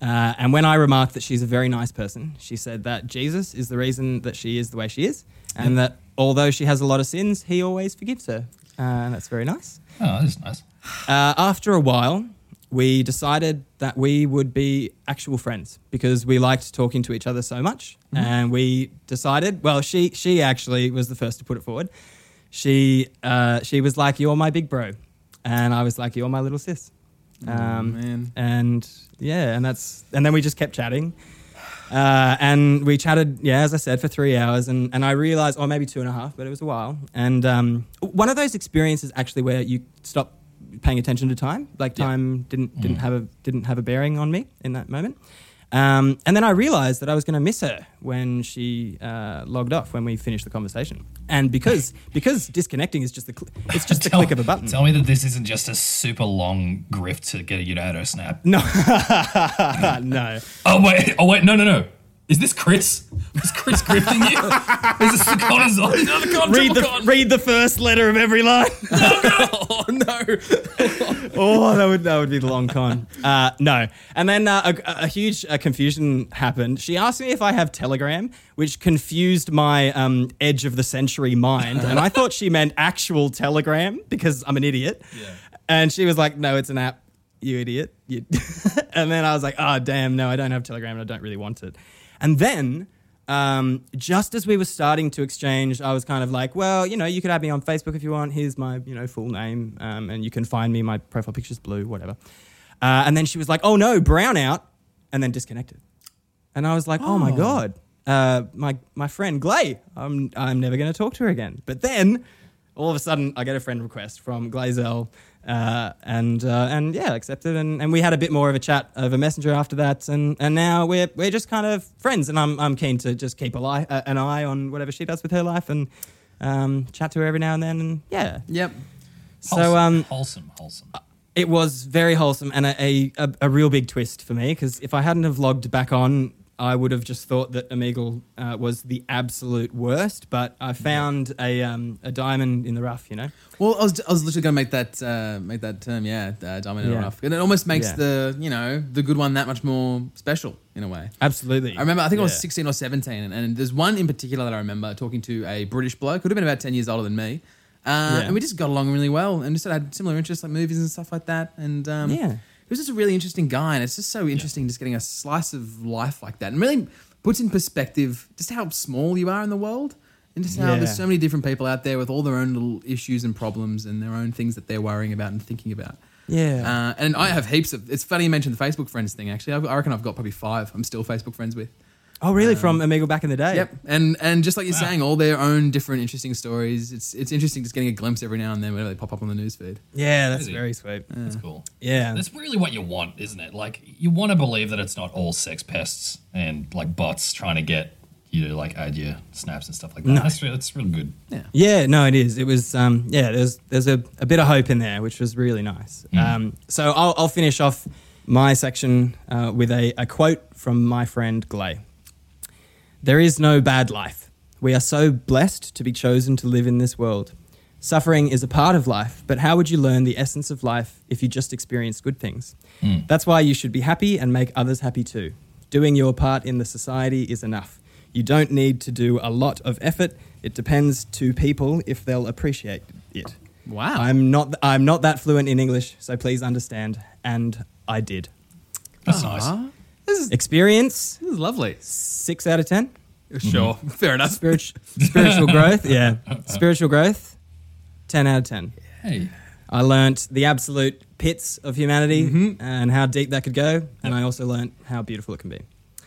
Uh, and when I remarked that she's a very nice person, she said that Jesus is the reason that she is the way she is, and that although she has a lot of sins, he always forgives her. Uh, and that's very nice. Oh, that's nice. Uh, after a while, we decided that we would be actual friends because we liked talking to each other so much. And we decided, well, she she actually was the first to put it forward. She uh, she was like, "You're my big bro," and I was like, "You're my little sis." Um, man. And yeah, and that's and then we just kept chatting. Uh, and we chatted, yeah, as I said, for three hours, and, and I realized, or maybe two and a half, but it was a while. And um, one of those experiences actually where you stop paying attention to time, like Yeah. time didn't didn't have a didn't have a bearing on me in that moment. Um, and then I realized that I was going to miss her when she uh, logged off when we finished the conversation. And because because disconnecting is just the cl- it's just the click of a button. Tell me that this isn't just a super long grift to get you to auto snap. (laughs) No, no. Oh wait, (laughs) oh wait, no, no, no. Is this Chris? Is Chris (laughs) grifting you? Is this the con is on? No, the con, Read triple the con. read the first letter of every line. (laughs) oh no, oh, that would that would be the long con. Uh, no, and then uh, a, a huge uh, confusion happened. She asked me if I have Telegram, which confused my um, edge of the century mind, and I thought she meant actual Telegram because I'm an idiot. And she was like, "No, it's an app, you idiot." You. (laughs) and then I was like, "Oh, damn, no, I don't have Telegram, and I don't really want it." And then. Um, just as we were starting to exchange, I was kind of like, well, you know, you could add me on Facebook if you want. Here's my, you know, full name, um, and you can find me. My profile picture's blue, whatever. Uh, and then she was like, oh no, brown out, and then disconnected. And I was like, oh, my god, uh, my my friend Glay, I'm I'm never going to talk to her again. But then, all of a sudden, I get a friend request from Glazel, uh, and uh, and yeah, accepted. And, and we had a bit more of a chat over Messenger after that, and and now we're we're just kind of friends. And I'm I'm keen to just keep a li- uh, an eye on whatever she does with her life and. Um, chat to her every now and then, and yeah. yep. So um, wholesome, wholesome. it was very wholesome and a, a, a, a real big twist for me because if I hadn't have logged back on, I would have just thought that Omegle uh, was the absolute worst. But I found a, um, a diamond in the rough, you know? Well, I was, I was literally going to make that uh, make that term, yeah, uh, diamond in the Yeah. rough, and it almost makes Yeah. the you know the good one that much more special in a way. Absolutely. I remember, I think I was Yeah. 16 or 17, and, and there's one in particular that I remember talking to a British bloke, could have been about 10 years older than me. Uh, Yeah. And we just got along really well and just had similar interests, like movies and stuff like that. And um, Yeah. he was just a really interesting guy, and it's just so interesting just getting a slice of life like that. And really puts in perspective just how small you are in the world. And just how Yeah. there's so many different people out there with all their own little issues and problems and their own things that they're worrying about and thinking about. Yeah. Uh, and I have heaps of. It's funny you mentioned the Facebook friends thing. Actually, I, I reckon I've got probably five. I'm still Facebook friends with. oh, really? from Omegle back in the day? Yep, and and just like you're Wow. saying, all their own different interesting stories. It's it's interesting just getting a glimpse every now and then whenever they pop up on the newsfeed. Yeah, that's Really? very sweet. That's cool. Yeah. That's really what you want, isn't it? Like you want to believe that it's not all sex pests and like bots trying to get you to like add your snaps and stuff like that. That's re- that's real good. Yeah, no, it is. It was, um, yeah, there's there's a, a bit of hope in there, which was really nice. Um, so I'll, I'll finish off my section uh, with a, a quote from my friend Glay. There is no bad life. We are so blessed to be chosen to live in this world. Suffering is a part of life, but how would you learn the essence of life if you just experienced good things? That's why you should be happy and make others happy too. Doing your part in the society is enough. You don't need to do a lot of effort. It depends to people if they'll appreciate it. Wow. I'm not I'm not that fluent in English, so please understand and I did. That's Ah. nice. This is, Experience, this is lovely. six out of 10. Mm-hmm. Sure, (laughs) fair enough. Spirit- spiritual growth, yeah. Spiritual growth, 10 out of 10. Hey, I learnt the absolute pits of humanity Mm-hmm. and how deep that could go. And I also learnt how beautiful it can be.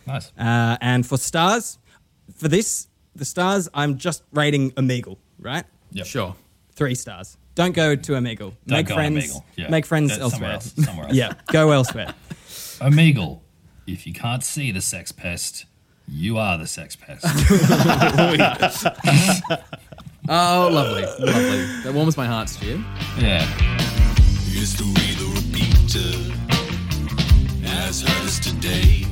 nice. Uh, and for stars, for this, the stars, I'm just rating Omegle, right? Yep. Sure. Three stars. Don't go to Omegle. Don't make go on friends. Omegle. Yeah. Make friends That's elsewhere. somewhere (laughs) else, somewhere else. yeah, go (laughs) elsewhere. Omegle, if you can't see the sex pest, you are the sex pest. (laughs) Oh, lovely, lovely. That warms my heart, Stu. yeah. History the repeater has hurt us today.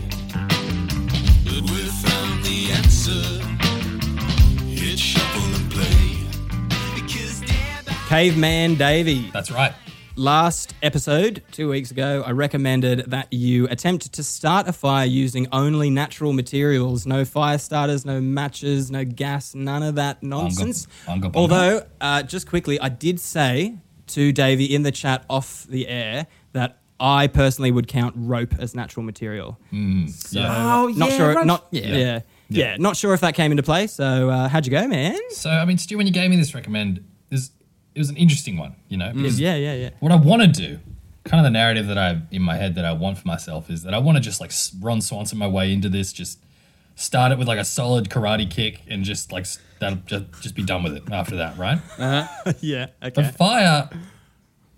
But we found the answer. Hit shuffle and play. Because there by Caveman Davey. That's right. Last episode, two weeks ago, I recommended that you attempt to start a fire using only natural materials. No fire starters, no matches, no gas, none of that nonsense. Bunga- bunga bunga. Although, uh, just quickly, I did say to Davey in the chat off the air that I personally would count rope as natural material. Yeah. Oh, Not sure. Not Hmm. yeah. yeah. Yeah. Not sure if that came into play. So uh, how'd you go, (laughs) man? So, I mean, Stu, when you gave me this recommend, this, it was an interesting one, you know? because Yeah, yeah, yeah. What I want to do, kind of the narrative that I in my head that I want for myself is that I want to just like s- Ron Swanson my way into this, just start it with like a solid karate kick and just like s- that'll just, just be done with it after that, right? yeah. Okay. But fire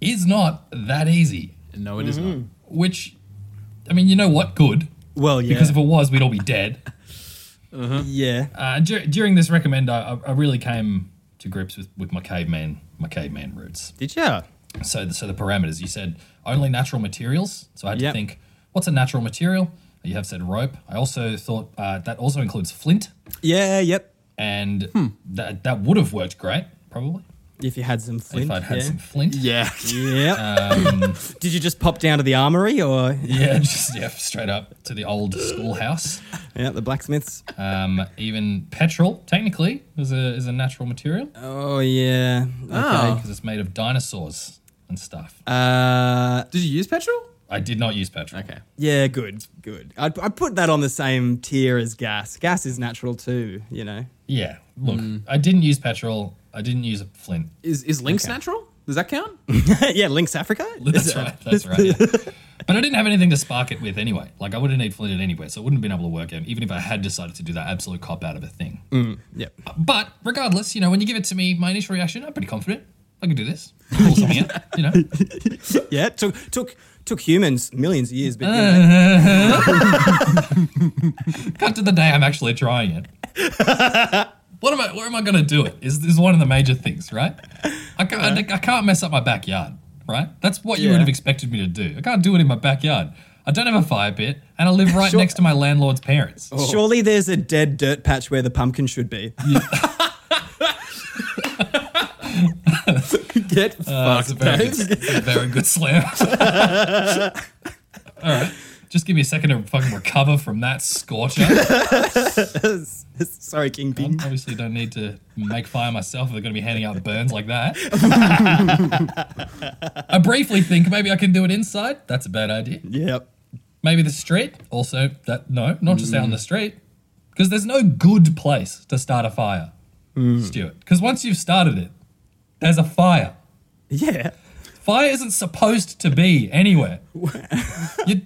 is not that easy, No, it is not. which, I mean, you know what? Good. Well, yeah. Because if it was, we'd all be dead. yeah. Uh, dur- during this recommend, I, I really came to grips with, with my caveman my caveman roots. Did ya? So, the, so the parameters you said only natural materials. So I had Yep. to think, what's a natural material? You have said rope. I also thought uh, that also includes flint, Yeah. Yep. and Hmm. that that would have worked great probably If you had some flint. if I'd had yeah. some Um, flint. Yeah. Yep. (laughs) Did you just pop down to the armory or (laughs) Yeah, just yeah, straight up to the old schoolhouse. yeah, the blacksmiths? Um, even petrol, technically, is a is a natural material because Oh yeah. Ah. Okay. it's made of dinosaurs and stuff. Uh, Did you use petrol? I did not use petrol. Okay. yeah, good, good. I'd, I'd put that on the same tier as gas. Gas is natural too, you know. (laughs) Yeah, look, Hmm. I didn't use petrol. I didn't use a flint. Is is Lynx natural? Does that (laughs) count? yeah, Lynx Africa. (laughs) That's right. That's right. yeah. But I didn't have anything to spark it with anyway. Like I wouldn't need flint anyway, so I wouldn't have been able to work it, even if I had decided to do that absolute cop out of a thing. Yep. But regardless, you know, when you give it to me, my initial reaction, I'm pretty confident. I can do this. Pull something out, you know. Yeah, it took took took humans millions of years, but you know, Uh. Cut to the day I'm actually trying it. What am I? Where am I going to do it? Is is one of the major things, right? I can't. I, I can't mess up my backyard, right? That's what you Yeah. would have expected me to do. I can't do it in my backyard. I don't have a fire pit, and I live right next to my landlord's parents. Surely there's a dead dirt patch where the pumpkin should be. (laughs) (laughs) Get Uh, fucked. that's, a very good, that's a very good slam. All right, just give me a second to fucking recover from that scorcher. (laughs) Sorry, Kingpin. Obviously, don't need to make fire myself if they're going to be handing out burns like that. I briefly think maybe I can do it inside. That's a bad idea. Yep. Maybe the street. Also, that no, not just out on the street, because there's no good place to start a fire, Stuart. Because once you've started it, there's a fire. Yeah. (laughs) Fire isn't supposed to be anywhere. you,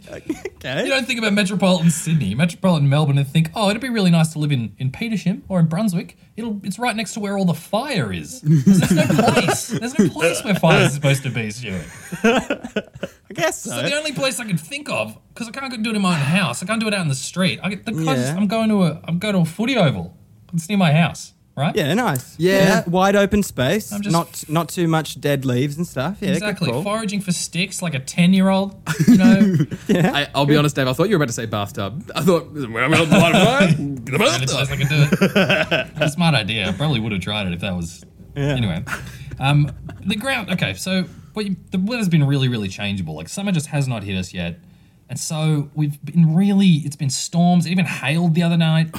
Okay. you don't think about metropolitan Sydney, metropolitan Melbourne, and think, oh, it'd be really nice to live in, in Petersham or in Brunswick. It'll it's right next to where all the fire is. There's no place. There's no place where fire is supposed to be, Stuart. I guess so. So the only place I can think of, because I can't go do it in my own house. I can't do it out in the street. I, get- the closest, Yeah. I'm going to a I'm going to a footy oval. It's near my house, right? yeah, nice. Yeah. wide open space. I'm just- not not too much dead leaves and stuff. Yeah, good Exactly. call. Foraging for sticks like a ten year old, (laughs) you know. I, I'll be honest, Dave. I thought you were about to say bathtub. I thought (laughs) well, I'm gonna light a (laughs) fire. The That's the bathtub. best I can do it. It's a smart idea. I probably would have tried it if that was. Anyway, um, the ground. Okay, so what you, the weather's been really, really changeable. Like summer just has not hit us yet, and so we've been really. It's been storms. It even hailed the other night.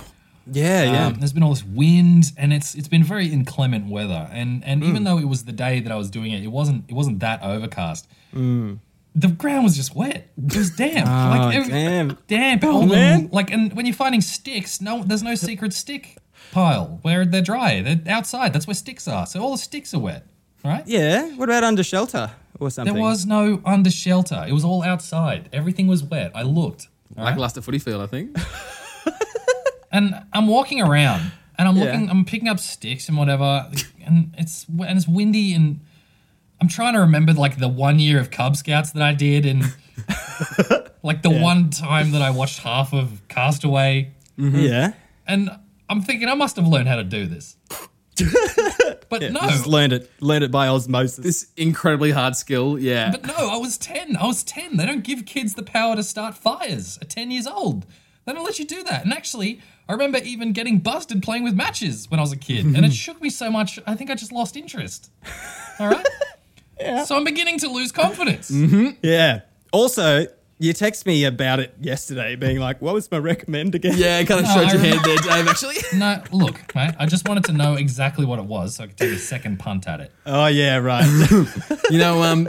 Yeah, yeah. Um, there's been all this wind, and it's it's been very inclement Mm. Mm. weather. And and even though it was the day that I was doing it, it wasn't it wasn't that overcast. the ground was just wet. It was damp. like Oh, damn. damp. Oh, all the- man. Like, and when you're finding sticks, no, there's no secret stick pile where they're dry. They're outside. That's where sticks are. So all the sticks are wet, right? Yeah. What about under shelter or something? There was no under shelter. It was all outside. Everything was wet. I looked. all right? Lackluster footy field, I think. and I'm walking around and I'm Yeah. looking, I'm picking up sticks and whatever, (laughs) and it's and it's windy and I'm trying to remember like the one year of Cub Scouts that I did and (laughs) like the one time that I watched half of Castaway Mm-hmm. Yeah. and I'm thinking I must have learned how to (laughs) do this, but no. Just learned it. Learned it by osmosis. (laughs) This incredibly hard skill, yeah. but no, I was 10. I was 10. They don't give kids the power to start fires at 10 years old. They don't let you do that. And actually, I remember even getting busted playing with matches when I was a kid. and (laughs) it shook me so much, I think I just lost interest. All (laughs) right? So I'm beginning to lose (laughs) confidence. yeah. Also, you text me about it yesterday, being like, "What was my recommend again?" yeah, kind of No, showed I your hand remember- there, Dave, (laughs) actually. No, look, mate, I just wanted to know exactly what it was so I could take a second punt at (laughs) it. Oh (laughs) yeah, right. you know, um,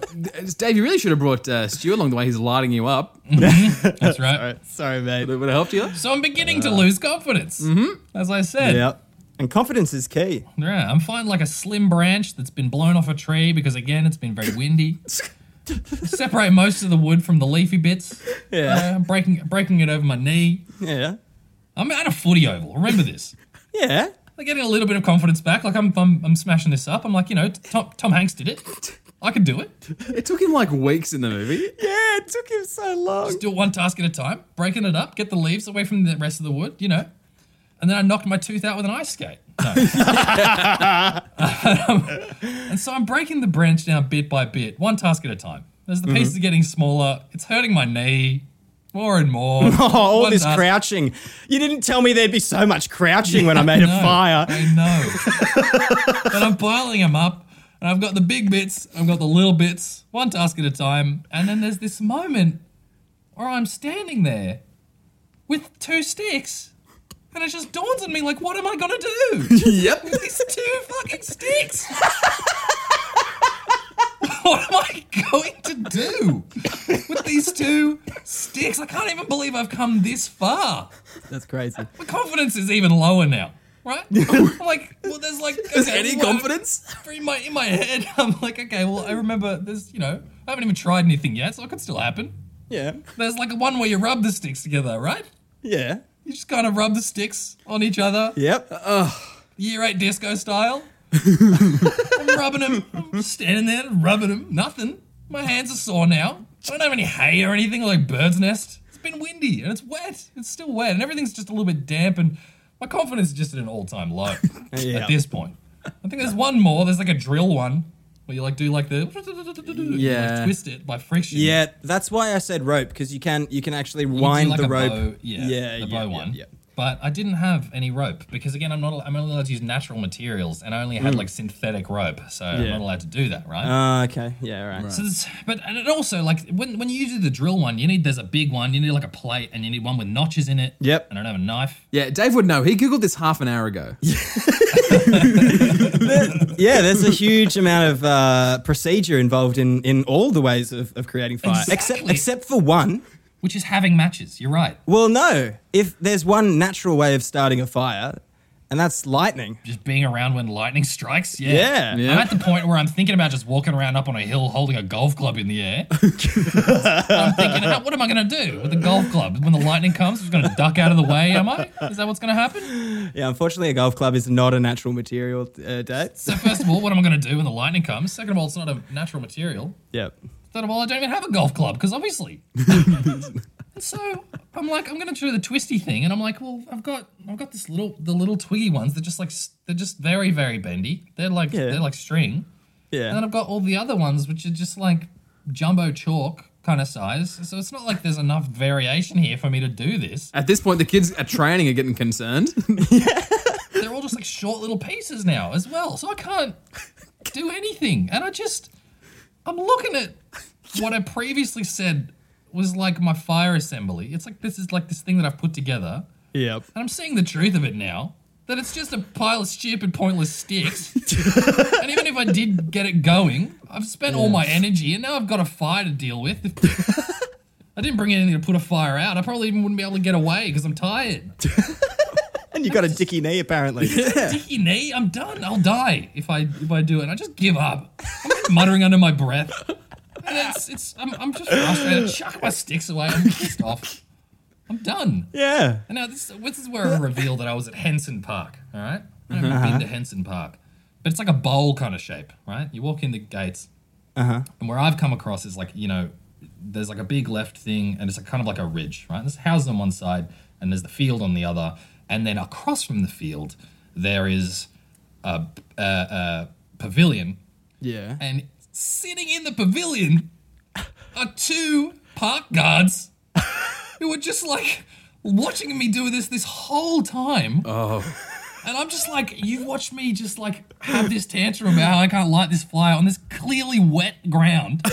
Dave, you really should have brought uh, Stu along the way he's lighting you up. That's right. Sorry, mate. Would have helped you? So I'm beginning to lose confidence. Mm-hmm. As I said. Yeah. And confidence is key. Yeah, I'm finding like a slim branch that's been blown off a tree because again it's been very windy. Separate most of the wood from the leafy bits. Yeah. Uh, breaking breaking it over my knee. Yeah. I'm at a footy oval. Remember this. Yeah. Like getting a little bit of confidence back. Like I'm I'm, I'm smashing this up. I'm like you know Tom, Tom Hanks did it. I can do it. It took him like weeks in the movie. Yeah. It took him so long. Do it one task at a time. Breaking it up. Get the leaves away from the rest of the wood. You know. And then I knocked my tooth out with an ice skate. No. (laughs) Um, And so I'm breaking the branch down bit by bit, one task at a time. As the Mm-hmm. pieces are getting smaller, it's hurting my knee more and more. Oh, (laughs) all One this task- crouching. You didn't tell me there'd be so much crouching when I made a No, fire. I know. but I'm piling them up, and I've got the big bits, I've got the little bits, one task at a time. And then there's this moment where I'm standing there with two sticks, and it just dawns on me like, what am I gonna do? yep. These two fucking sticks. (laughs) what am I going to do with these two sticks? I can't even believe I've come this far. That's crazy. My confidence is even lower now, (laughs) right? I'm like, well, there's like Is okay, any what- confidence? in my in my head. (laughs) I'm like, okay, well, I remember there's you know I haven't even tried anything yet, so it could still happen. Yeah. There's like one where you rub the sticks together, right? Yeah. You just kind of rub the sticks on each other Yep. year eight (laughs) disco style. I'm rubbing him. I'm just standing there rubbing him. Nothing. My hands are sore now. I don't have any hay or anything like bird's nest. It's been windy and it's wet. It's still wet and everything's just a little bit damp and my confidence is just at an all (laughs) time low Yeah. at this point. I think there's one more. There's like a drill one where you like do like the Yeah. like twist it by friction. yeah. That's why I said rope because you can you can actually You can do, wind like, the a rope. bow- yeah, the bow one. Yeah. But I didn't have any rope because again, I'm not. I'm only allowed to use natural materials, and I only had like synthetic rope, so I'm Yeah. not allowed to do that, Hmm. Uh, right? Ah, okay. Yeah. Right. So this, but and it also like when when you do the drill one, you need there's a big one, you need like a plate, and you need one with notches in it. Yep. And I don't have a knife. Yeah, Dave would know. He Googled this half an hour ago. yeah, there's a huge amount of uh, procedure involved in, in all the ways of, of creating fire, except Exactly. except for one. Which is having matches. You're right. Well, no, if there's one natural way of starting a fire, and that's lightning. Just being around when lightning (laughs) strikes. Yeah. Yeah. Yeah. I'm at the point where I'm thinking about just walking around up on a hill holding a golf club in the air. (laughs) I'm thinking, "How- what am I going to do with the golf club? When the lightning comes, I'm just going to duck out of the way, am I? Is that what's going to happen? Yeah, unfortunately, a golf club is not a natural material, uh, Dad. So, first of all, what am I going to do when the lightning comes? Second of all, it's not a natural material. Yep. Third of all, I don't even have a golf club because obviously. (laughs) and so I'm like, I'm going to do the twisty thing, and I'm like, well, I've got, I've got this little, the little twiggy ones. They're just like, s- they're just very, very bendy. They're like, Yeah. they're like string. And then Yeah. I've got all the other ones, which are just like jumbo chalk kind of size. So it's not like there's enough variation here for me to do this. At this point, the kids at training are getting concerned. (laughs) They're all just like short little pieces now as well. So I can't do anything. And I just, I'm looking at what I previously said was like my fire assembly. It's like this is like this thing that I've put together. Yep. And I'm seeing the truth of it now. that it's just a pile of stupid, pointless sticks. and even if I did get it going, I've spent all my energy, and now I've got a fire to deal with. I didn't bring anything to put a fire out. I probably even wouldn't be able to get away because I'm tired. And you got a dicky knee, apparently. Dicky knee, I'm done. I'll die if I if I do it. I just give up. I'm just muttering under my breath. And it's, it's I'm, I'm just frustrated. Chuck my sticks away. I'm pissed off. I'm done. (laughs) yeah. And now this, this is where I reveal that I was at Henson Park. All right, I haven't been to Henson Park, but it's like a bowl kind of shape, right? You walk in the gates, uh-huh. and where I've come across is like you know, there's like a big left thing, and it's like kind of like a ridge, right? There's houses on one side, and there's the field on the other, and then across from the field there is a, a, a pavilion, Yeah. and sitting in the pavilion are two park guards who were just like watching me do this this whole time. Oh. And I'm just like, you've watched me just like have this tantrum about how I can't light this fire on this clearly wet ground.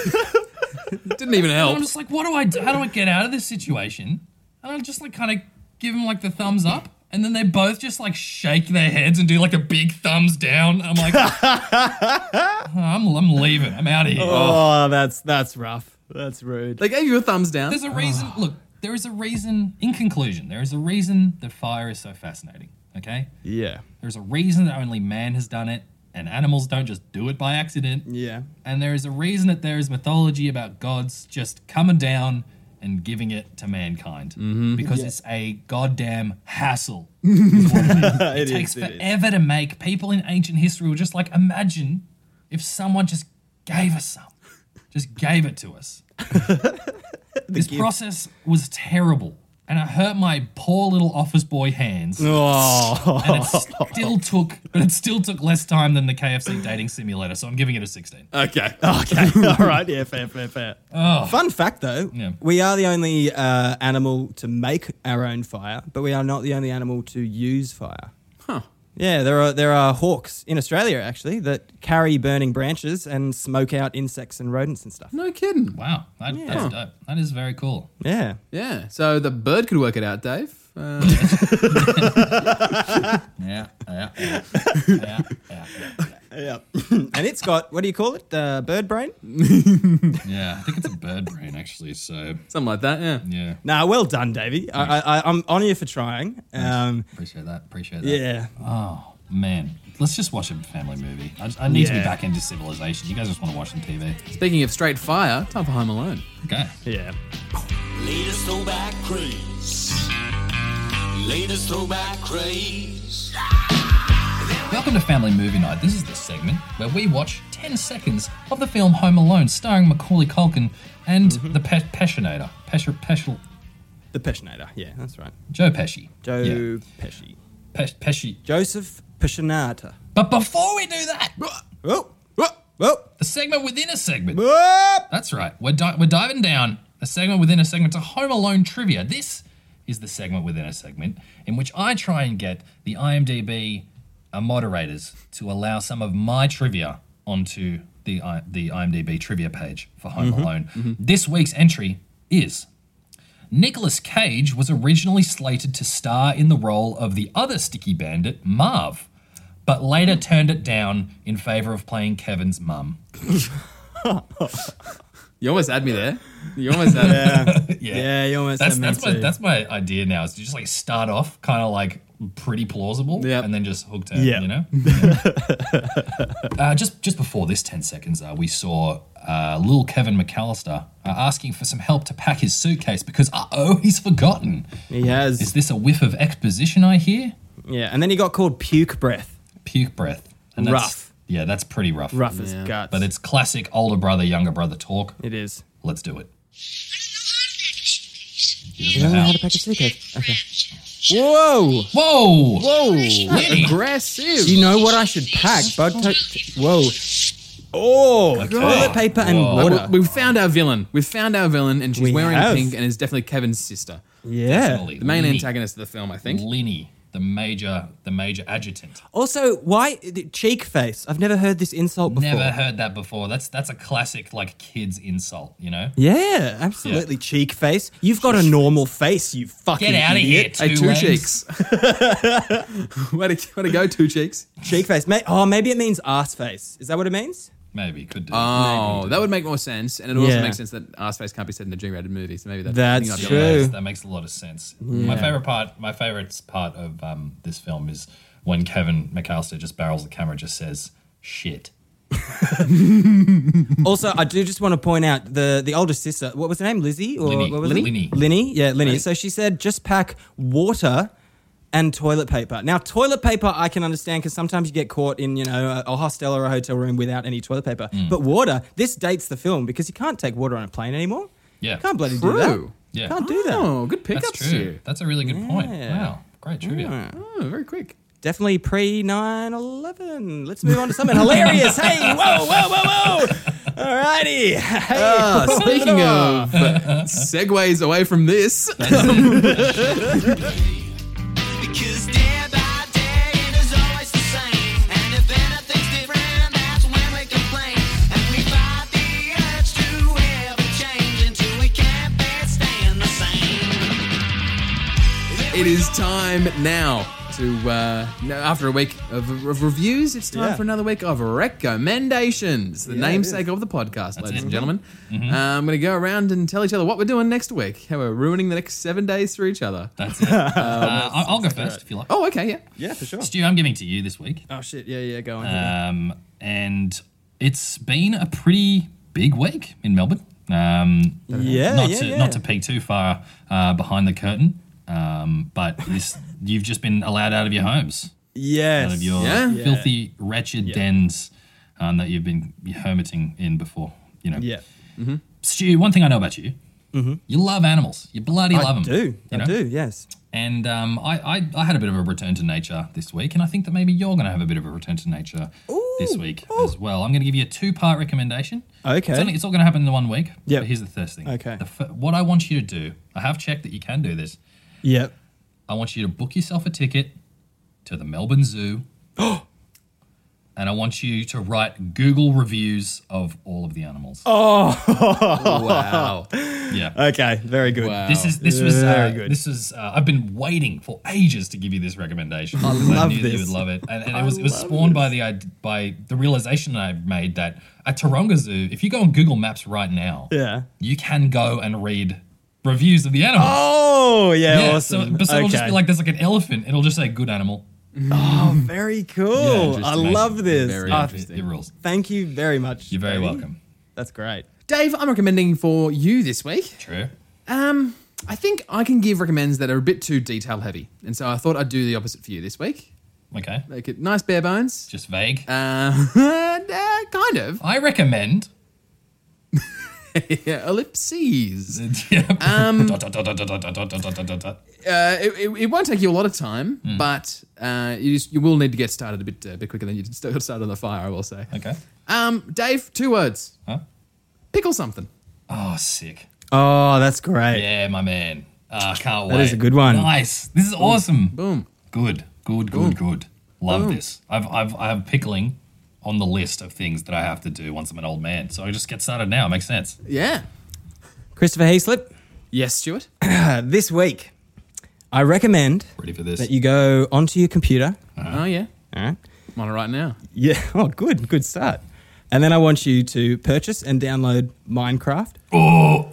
Didn't even And help. I'm just like, what do I do? How do I get out of this situation? And I just like kind of give them like the thumbs up. And then they both just like shake their heads and do like a big thumbs down. I'm like, (laughs) I'm, I'm leaving. I'm out of here. Oh, that's that's rough. That's rude. They gave you a thumbs down. There's a reason. Look, there is a reason. In conclusion, there is a reason that fire is so fascinating. Okay, Yeah. there's a reason that only man has done it, and animals don't just do it by accident. Yeah. And there is a reason that there is mythology about gods just coming down and giving it to mankind because it's a goddamn hassle. Mm-hmm. (laughs) It It takes is, it is. forever to make. People in ancient history were just like, imagine if someone just gave us some, just gave it (laughs) to us. this process was terrible, and it hurt my poor little office boy (laughs) hands. Oh. And it still took, but it still took less time than the KFC dating simulator. So I'm giving it a 16. okay. Okay. All right. Yeah. Fair. Fair. Fair. Fun fact, though, Yeah. we are the only uh, animal to make our own fire, but we are not the only animal to use fire. Huh. Yeah, there are there are hawks in Australia actually that carry burning branches and smoke out insects and rodents and stuff. No kidding. Wow, that, that's dope. That is very cool. Yeah. Yeah. So the bird could work it out, Dave. (laughs) Uh, Yeah, yeah, yeah, (laughs) yeah, yeah, yeah. Yeah. and it's got what do you call it? Uh, bird brain? Yeah, I think it's a bird brain actually. So something like that. Yeah. yeah, Nah, well done, Davey. I, I, I, I'm on you for trying. Um, appreciate that. Appreciate that. yeah. Oh man, let's just watch a family movie. I, I need to Yeah. be back into civilization. You guys just want to watch some TV. Speaking of straight fire, time for Home Alone. Okay. Yeah. Latest throwback craze. Latest throwback craze. Welcome to Family Movie Night. This is the segment where we watch 10 seconds of the film Home Alone, starring Macaulay Culkin and Mm-hmm. the Pe- Pessionator, Pesher, Pesher, The Peshinator. Yeah, that's right. Joe Pesci. Joe Yeah. Pesci. Pe- Pesci. Joseph Peshinata. But before we do that, Whoa, whoa, whoa, the segment within a segment. whoa. That's right. We're, di- we're diving down a segment within a segment to Home Alone trivia. This is the segment within a segment in which I try and get the IMDb uh, moderators to allow some of my trivia onto the I- the IMDb trivia page for Home Alone. This week's entry is Nicolas Cage was originally slated to star in the role of the other sticky bandit, Marv, but later turned it down in favor of playing Kevin's mum. You almost had me there. You almost had me. Yeah, you almost that's had me that's my too. that's my idea now is to just like start off kind of like pretty plausible Yep. and then just hook turn Yeah. (laughs) you know uh, just just before this 10 seconds uh, we saw uh, little Kevin McAllister uh, asking for some help to pack his suitcase because uh oh he's forgotten He is has. this a whiff of exposition I hear Yeah, and then he got called puke breath. puke breath and that's, Rough. yeah that's pretty rough Rough as guts. but it's classic older brother younger brother talk it is. let's do it You don't know how to pack a suitcase. Okay. Whoa! whoa Whoa! Lenny. Aggressive. You know what I should pack? Bug to- Whoa. Oh, toilet paper and Whoa. Like, water. we- We've found our villain. We've found our villain, and she's We wearing have. pink, and is definitely Kevin's sister, Yeah. Definitely. the main Lenny. antagonist of the film, I think. Lenny, the major the major adjutant. Also, why the cheek face? I've never heard this insult before. Never heard that before. That's that's a classic like kids insult, you know. Yeah, absolutely. Cheek face. You've got a normal face, you fucking Get out of here, idiot. two, Hey, two legs. cheeks. (laughs) way, to, way to go, two cheeks. Cheek face. May- oh, maybe it means ass face. Is that what it means? Maybe could do. Oh, that would make more sense. And it also Yeah. makes sense that ass face can't be said in a G rated movie. So maybe that's, That's not the true. other way. Yes, that makes a lot of sense. My favorite part, my favorite part of um, this film is when Kevin McAllister just barrels the camera, just says shit. also, I do just want to point out the the older sister. What was her name? Lizzie or Linny. what was Linny. it? Linny. Yeah, Linny. So she said, just pack water and toilet paper. Now, toilet paper I can understand because sometimes you get caught in you know a, a hostel or a hotel room without any toilet paper. But water, this dates the film because you can't take water on a plane anymore. Yeah. can't bloody do True. that. Yeah. can't do that. Oh, good That's pickups true. here. That's a really good point. Yeah. Wow, great trivia. Oh, very quick. Definitely pre 9 11. Let's move on to something hilarious. Hey, (laughs) whoa, whoa, whoa, whoa. All righty. Hey. (laughs) Ah, speaking of uh, segues away from this, Because day by day it is always the same. And if anything's different, that's when we complain. And we fight the urge to ever change until we can't bear staying the same. it is time now to, uh, no- after a week of, of reviews, it's time Yeah. for another week of recommendations, the it namesake is. of the podcast, ladies and gentlemen. Uh, I'm going to go around and tell each other what we're doing next week, how we're ruining the next seven days for each other. (laughs) That's it. uh, I- I'll go first if you like. Oh, okay, yeah. Yeah, for sure. Stu, I'm giving it to you this week. Oh, shit. Yeah, yeah, go on. Um, and it's been a pretty big week in Melbourne. Um, Yeah, not yeah, to yeah. not to peek too far uh, behind the curtain, um, but this (laughs) you've just been allowed out of your homes, Yes. out of your Yeah. filthy, wretched dens um, that you've been hermiting in before. You know, yeah. Stu. One thing I know about you, you love animals. You bloody Mm-hmm. I love them. do. I do, yes. And um, I, I, I had a bit of a return to nature this week, and I think that maybe you're going to have a bit of a return to nature this week as well. I'm going to give you a two part recommendation. Oh. Okay. It's, only, it's all going to happen in one week. Yep. But here's the first thing. Okay. The f- what I want you to do, I have checked that you can do this. Yep. I want you to book yourself a ticket to the (gasps) Melbourne Zoo. and I want you to write Google reviews of all of the animals. Oh. (laughs) wow. Yeah. Okay, very good. Wow. This is this was uh, Very good. this was uh, I've been waiting for ages to give you this recommendation. I love knew that you this. would love it, and, and it was it was spawned by the id- by the realization that I made that at Taronga Zoo, if you go on Google Maps right now, Yeah. you can go and read reviews of the animals. Oh, yeah, yeah, so, awesome. but so it'll just Okay. Oh, be like hmm. there's like an elephant, it'll just say good animal. very cool. just I amazing. love this. Very Oh, interesting. It, it rules. thank you very much. You're very Tony. welcome. That's great. Dave, I'm recommending for you this week. True. Um, I think I can give recommends that are a bit too detail heavy, and so I thought I'd do the opposite for you this week. Okay. Make it nice bare bones. Just vague. Uh, (laughs) and, uh, kind of. I recommend. (laughs) (laughs) Yeah, ellipses. um, dot, dot, dot, dot, dot, dot, dot, dot, dot, dot, dot. Uh, it, it, it won't take you a lot of time, Hmm. but uh, you, just, you will need to get started a bit, uh, a bit quicker than you st- got started on the fire. I will say. (laughs) Okay. Um, Dave, two words. Huh? Pickle something. Oh, sick. Oh, that's great. Yeah, my man. Ah, can't wait. That is a good one. Nice. This is awesome. Boom. Good. Good. Good. Good. Love this. I've I've I have pickling on the list of things that I have to do once I'm an old man. So I just get started now. Makes sense. Yeah. Christopher Heaslip, Yes, (coughs) Stuart. uh, this week, I recommend Ready for this? that you go onto your computer. Oh yeah. All right. I'm on it right now. Yeah. (laughs) Oh, good. Good start. And then I want you to purchase and download Minecraft. oh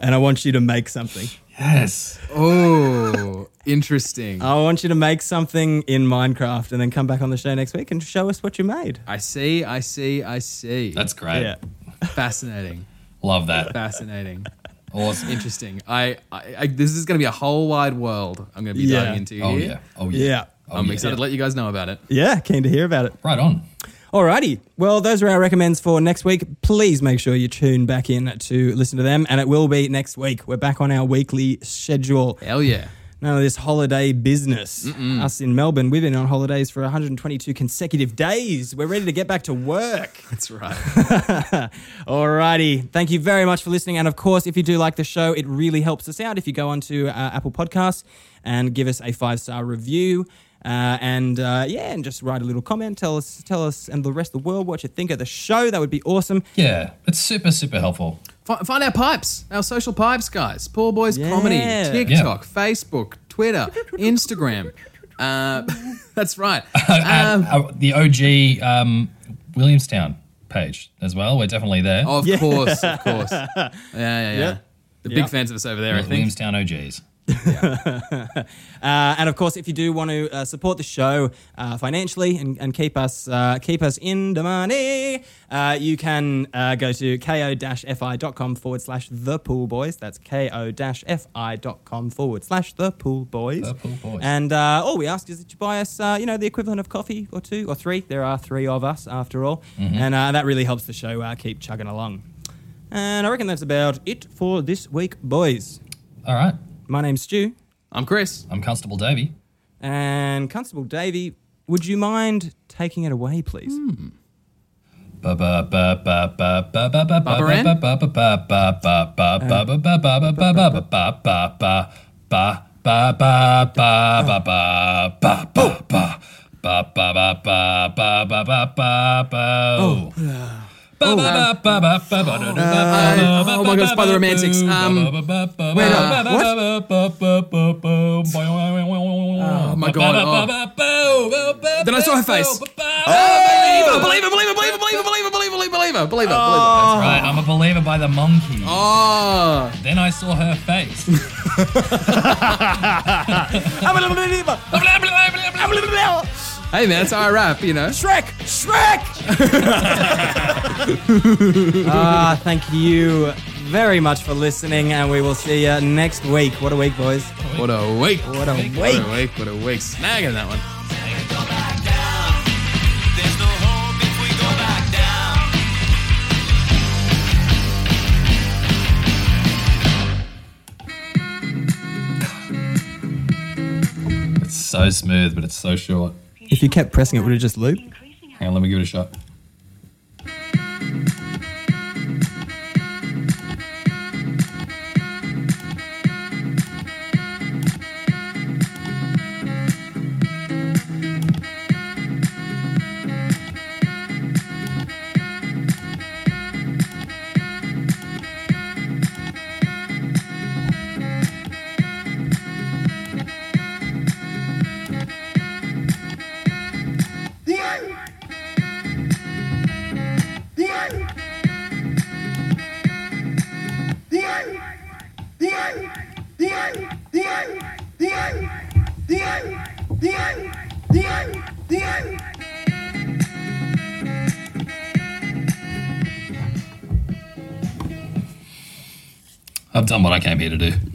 And I want you to make something. yes. Oh, (laughs) interesting. Uh. I want you to make something in Minecraft and then come back on the show next week and show us what you made. I see. I see. I see. (laughs) That's great. Yeah. fascinating. Love that. Fascinating. Awesome. Interesting. I, I, I this is going to be a whole wide world. I'm going to be Yeah. diving into. Oh here. yeah. Oh yeah. Yeah. Oh, I'm yeah. excited to let you guys know about it. Yeah. Keen to hear about it. Right on. Alrighty. Well, those are our recommends for next week. Please make sure you tune back in to listen to them. And it will be next week. We're back on our weekly schedule. Hell (laughs) yeah. None of this holiday business. Us in Melbourne, we've been on holidays for 122 consecutive days. We're ready to get back to work. That's right. Alrighty. Thank you very much for listening. And of course, if you do like the show, it really helps us out if you go onto uh, Apple Podcasts and give us a five star review. Uh, and uh, yeah, and just write a little comment. Tell us, tell us, and the rest of the world what you think of the show. That would be awesome. Yeah, it's super, super helpful. Fi- Find our pipes, our social pipes, guys. Poor Boys Comedy, Yeah. TikTok, Facebook, Twitter, Instagram. Uh, (laughs) that's right. Um, And, uh, the OG um, Williamstown page as well. We're definitely there. Oh, of course, of course. (laughs) Yeah, yeah, yeah. The Yeah. big fans of us over there, I think. Williamstown OGs. Uh, and of course, if you do want to uh, support the show uh, financially and, and keep us uh, keep us in the money, uh, you can uh, go to ko-fi.com forward slash the pool boys. That's ko-fi.com forward slash the pool boys. The Pool Boys. And uh, all we ask is that you buy us, uh, you know, the equivalent of coffee or two or three. There are three of us after all, Mm-hmm. and uh, that really helps the show uh, keep chugging along. And I reckon that's about it for this week, boys. All right. My name's Stu. I'm Chris. I'm Constable Davey. And Constable Davy, would you mind taking it away, please? Oh, oh my God, it's by the Romantics. Um, wait, Oh my God, oh. Then I saw her face. Believer, believer, believer, believer, believer, believer, believer, believer, believer, believer. Oh. Right, I'm a believer by the monkey. oh. Then I saw her face. I'm a little believer. I'm a little believer. Hey, man, that's how I rap, you know. (laughs) Shrek! Shrek! (laughs) Ah, thank you very much for listening, and we will see you next week. What a week, boys. What a week. What a What week. a week. What a week. Snagging that one. Go back down. There's no hope if we go back down. it's so smooth, but it's so short. If you kept pressing it, would it just loop? Hang on, let me give it a shot. I've done what I came here to do.